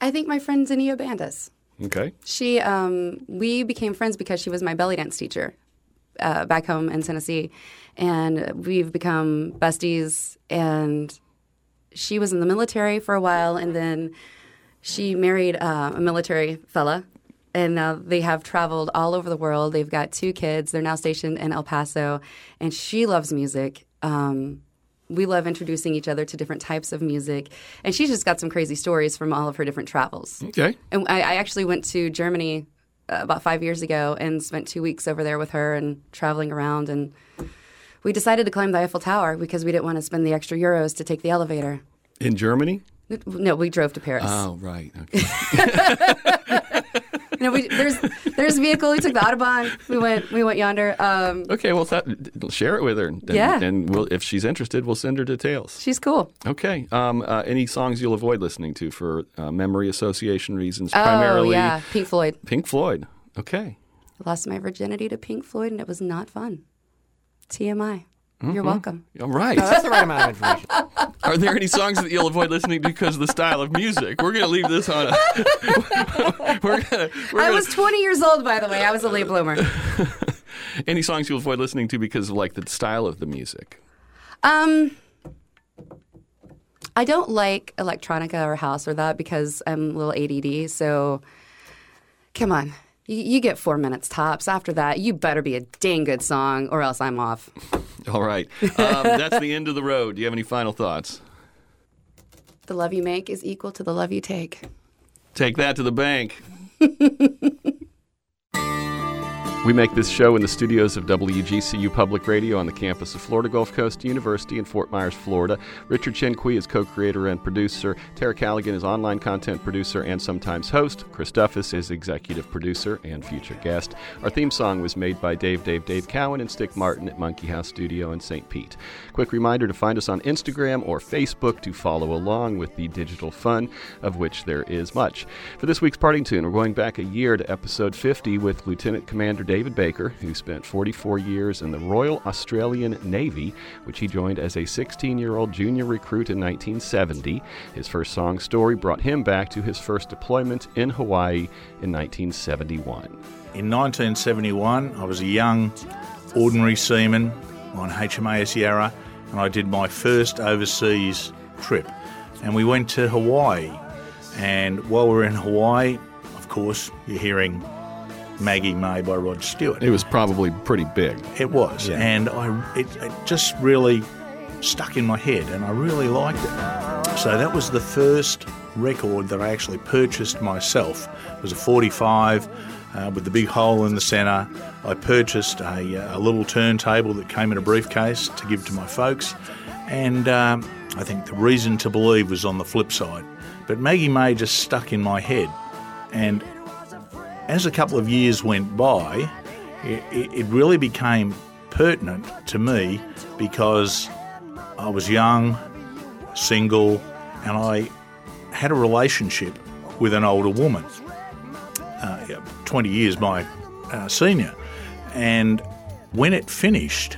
[SPEAKER 1] I think my friend Zinnia Bandas.
[SPEAKER 3] Okay.
[SPEAKER 1] She, um, we became friends because she was my belly dance teacher uh, back home in Tennessee, and we've become besties. And she was in the military for a while, and then she married uh, a military fella, and now they have traveled all over the world. They've got two kids. They're now stationed in El Paso, and she loves music. Um, we love introducing each other to different types of music, and she's just got some crazy stories from all of her different travels.
[SPEAKER 3] Okay.
[SPEAKER 1] And I, I actually went to Germany uh, about five years ago and spent two weeks over there with her and traveling around. And we decided to climb the Eiffel Tower because we didn't want to spend the extra euros to take the elevator.
[SPEAKER 3] In Germany?
[SPEAKER 1] No, we drove to Paris.
[SPEAKER 3] Oh, right. Okay.
[SPEAKER 1] No, we, there's there's a vehicle. We took the autobahn. We went we went yonder. Um,
[SPEAKER 3] okay. Well, that, share it with her. And,
[SPEAKER 1] Yeah.
[SPEAKER 3] And we'll, if she's interested, we'll send her details.
[SPEAKER 1] she's cool.
[SPEAKER 3] Okay. Um, uh, any songs you'll avoid listening to for uh, memory association reasons, primarily
[SPEAKER 1] Oh yeah, Pink Floyd.
[SPEAKER 3] Pink Floyd. Okay.
[SPEAKER 1] I lost my virginity to Pink Floyd, and it was not fun. TMI.
[SPEAKER 3] Mm-hmm.
[SPEAKER 1] You're welcome.
[SPEAKER 3] All right.
[SPEAKER 1] Uh,
[SPEAKER 4] That's the right amount of information.
[SPEAKER 3] Are there any songs that you'll avoid listening to because of the style of music? We're going to leave this on a. we're gonna, we're
[SPEAKER 1] I
[SPEAKER 3] gonna-
[SPEAKER 1] was 20 years old, by the way. I was a late bloomer.
[SPEAKER 3] any songs you'll avoid listening to because of like the style of the music?
[SPEAKER 1] Um, I don't like electronica or house or that because I'm a little ADD. So, come on, you, you get four minutes tops. After that, you better be a dang good song, or else I'm off.
[SPEAKER 3] All right. Um, that's the end of the road. Do you have any final thoughts?
[SPEAKER 1] The love you make is equal to the love you take.
[SPEAKER 3] Take that to the bank. We make this show in the studios of WGCU Public Radio on the campus of Florida Gulf Coast University in Fort Myers, Florida. Richard Chinqui is co creator and producer. Tara Callaghan is online content producer and sometimes host. Chris Duffus is executive producer and future guest. Our theme song was made by Dave, Dave, Dave Cowan and Stick Martin at Monkey House Studio in St. Pete. Quick reminder to find us on Instagram or Facebook to follow along with the digital fun, of which there is much. For this week's parting tune, we're going back a year to episode 50 with Lieutenant Commander David Baker, who spent 44 years in the Royal Australian Navy, which he joined as a 16 year old junior recruit in 1970. His first song story brought him back to his first deployment in Hawaii in 1971.
[SPEAKER 7] In 1971, I was a young, ordinary seaman on HMAS E Yarra, and I did my first overseas trip. And we went to Hawaii. And while we were in Hawaii, of course, you're hearing Maggie May by Rod Stewart.
[SPEAKER 3] was probably pretty big.
[SPEAKER 7] It was, and I it, it just really stuck in my head, and I really liked it. So that was the first record that I actually purchased myself. It was a 45 uh, with the big hole in the centre. I purchased a, uh, a little turntable that came in a briefcase to give to my folks, and um, I think the reason to believe was on the flip side. But Maggie May just stuck in my head, and as a couple of years went by, it, it it really became pertinent to me because I was young, single, and I had a relationship with an older woman, uh, yeah, 20 years my uh, senior. And when it finished,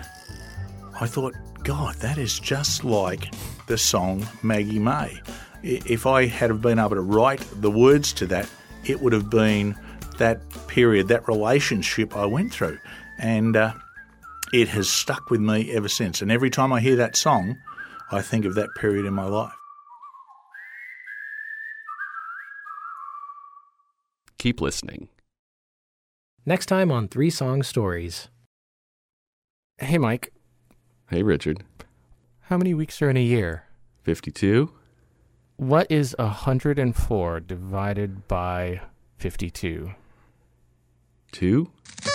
[SPEAKER 7] I thought, God, that is just like the song Maggie May. I- If I had have been able to write the words to that, it would have been that period, that relationship I went through. And uh, it has stuck with me ever since. And every time I hear that song, I think of that period in my life.
[SPEAKER 3] Keep listening.
[SPEAKER 8] Next time on Three Song Stories.
[SPEAKER 4] Hey, Mike.
[SPEAKER 3] Hey, Richard.
[SPEAKER 4] How many weeks are in a year?
[SPEAKER 3] 52?
[SPEAKER 4] What is 104 divided by 52?
[SPEAKER 3] Two?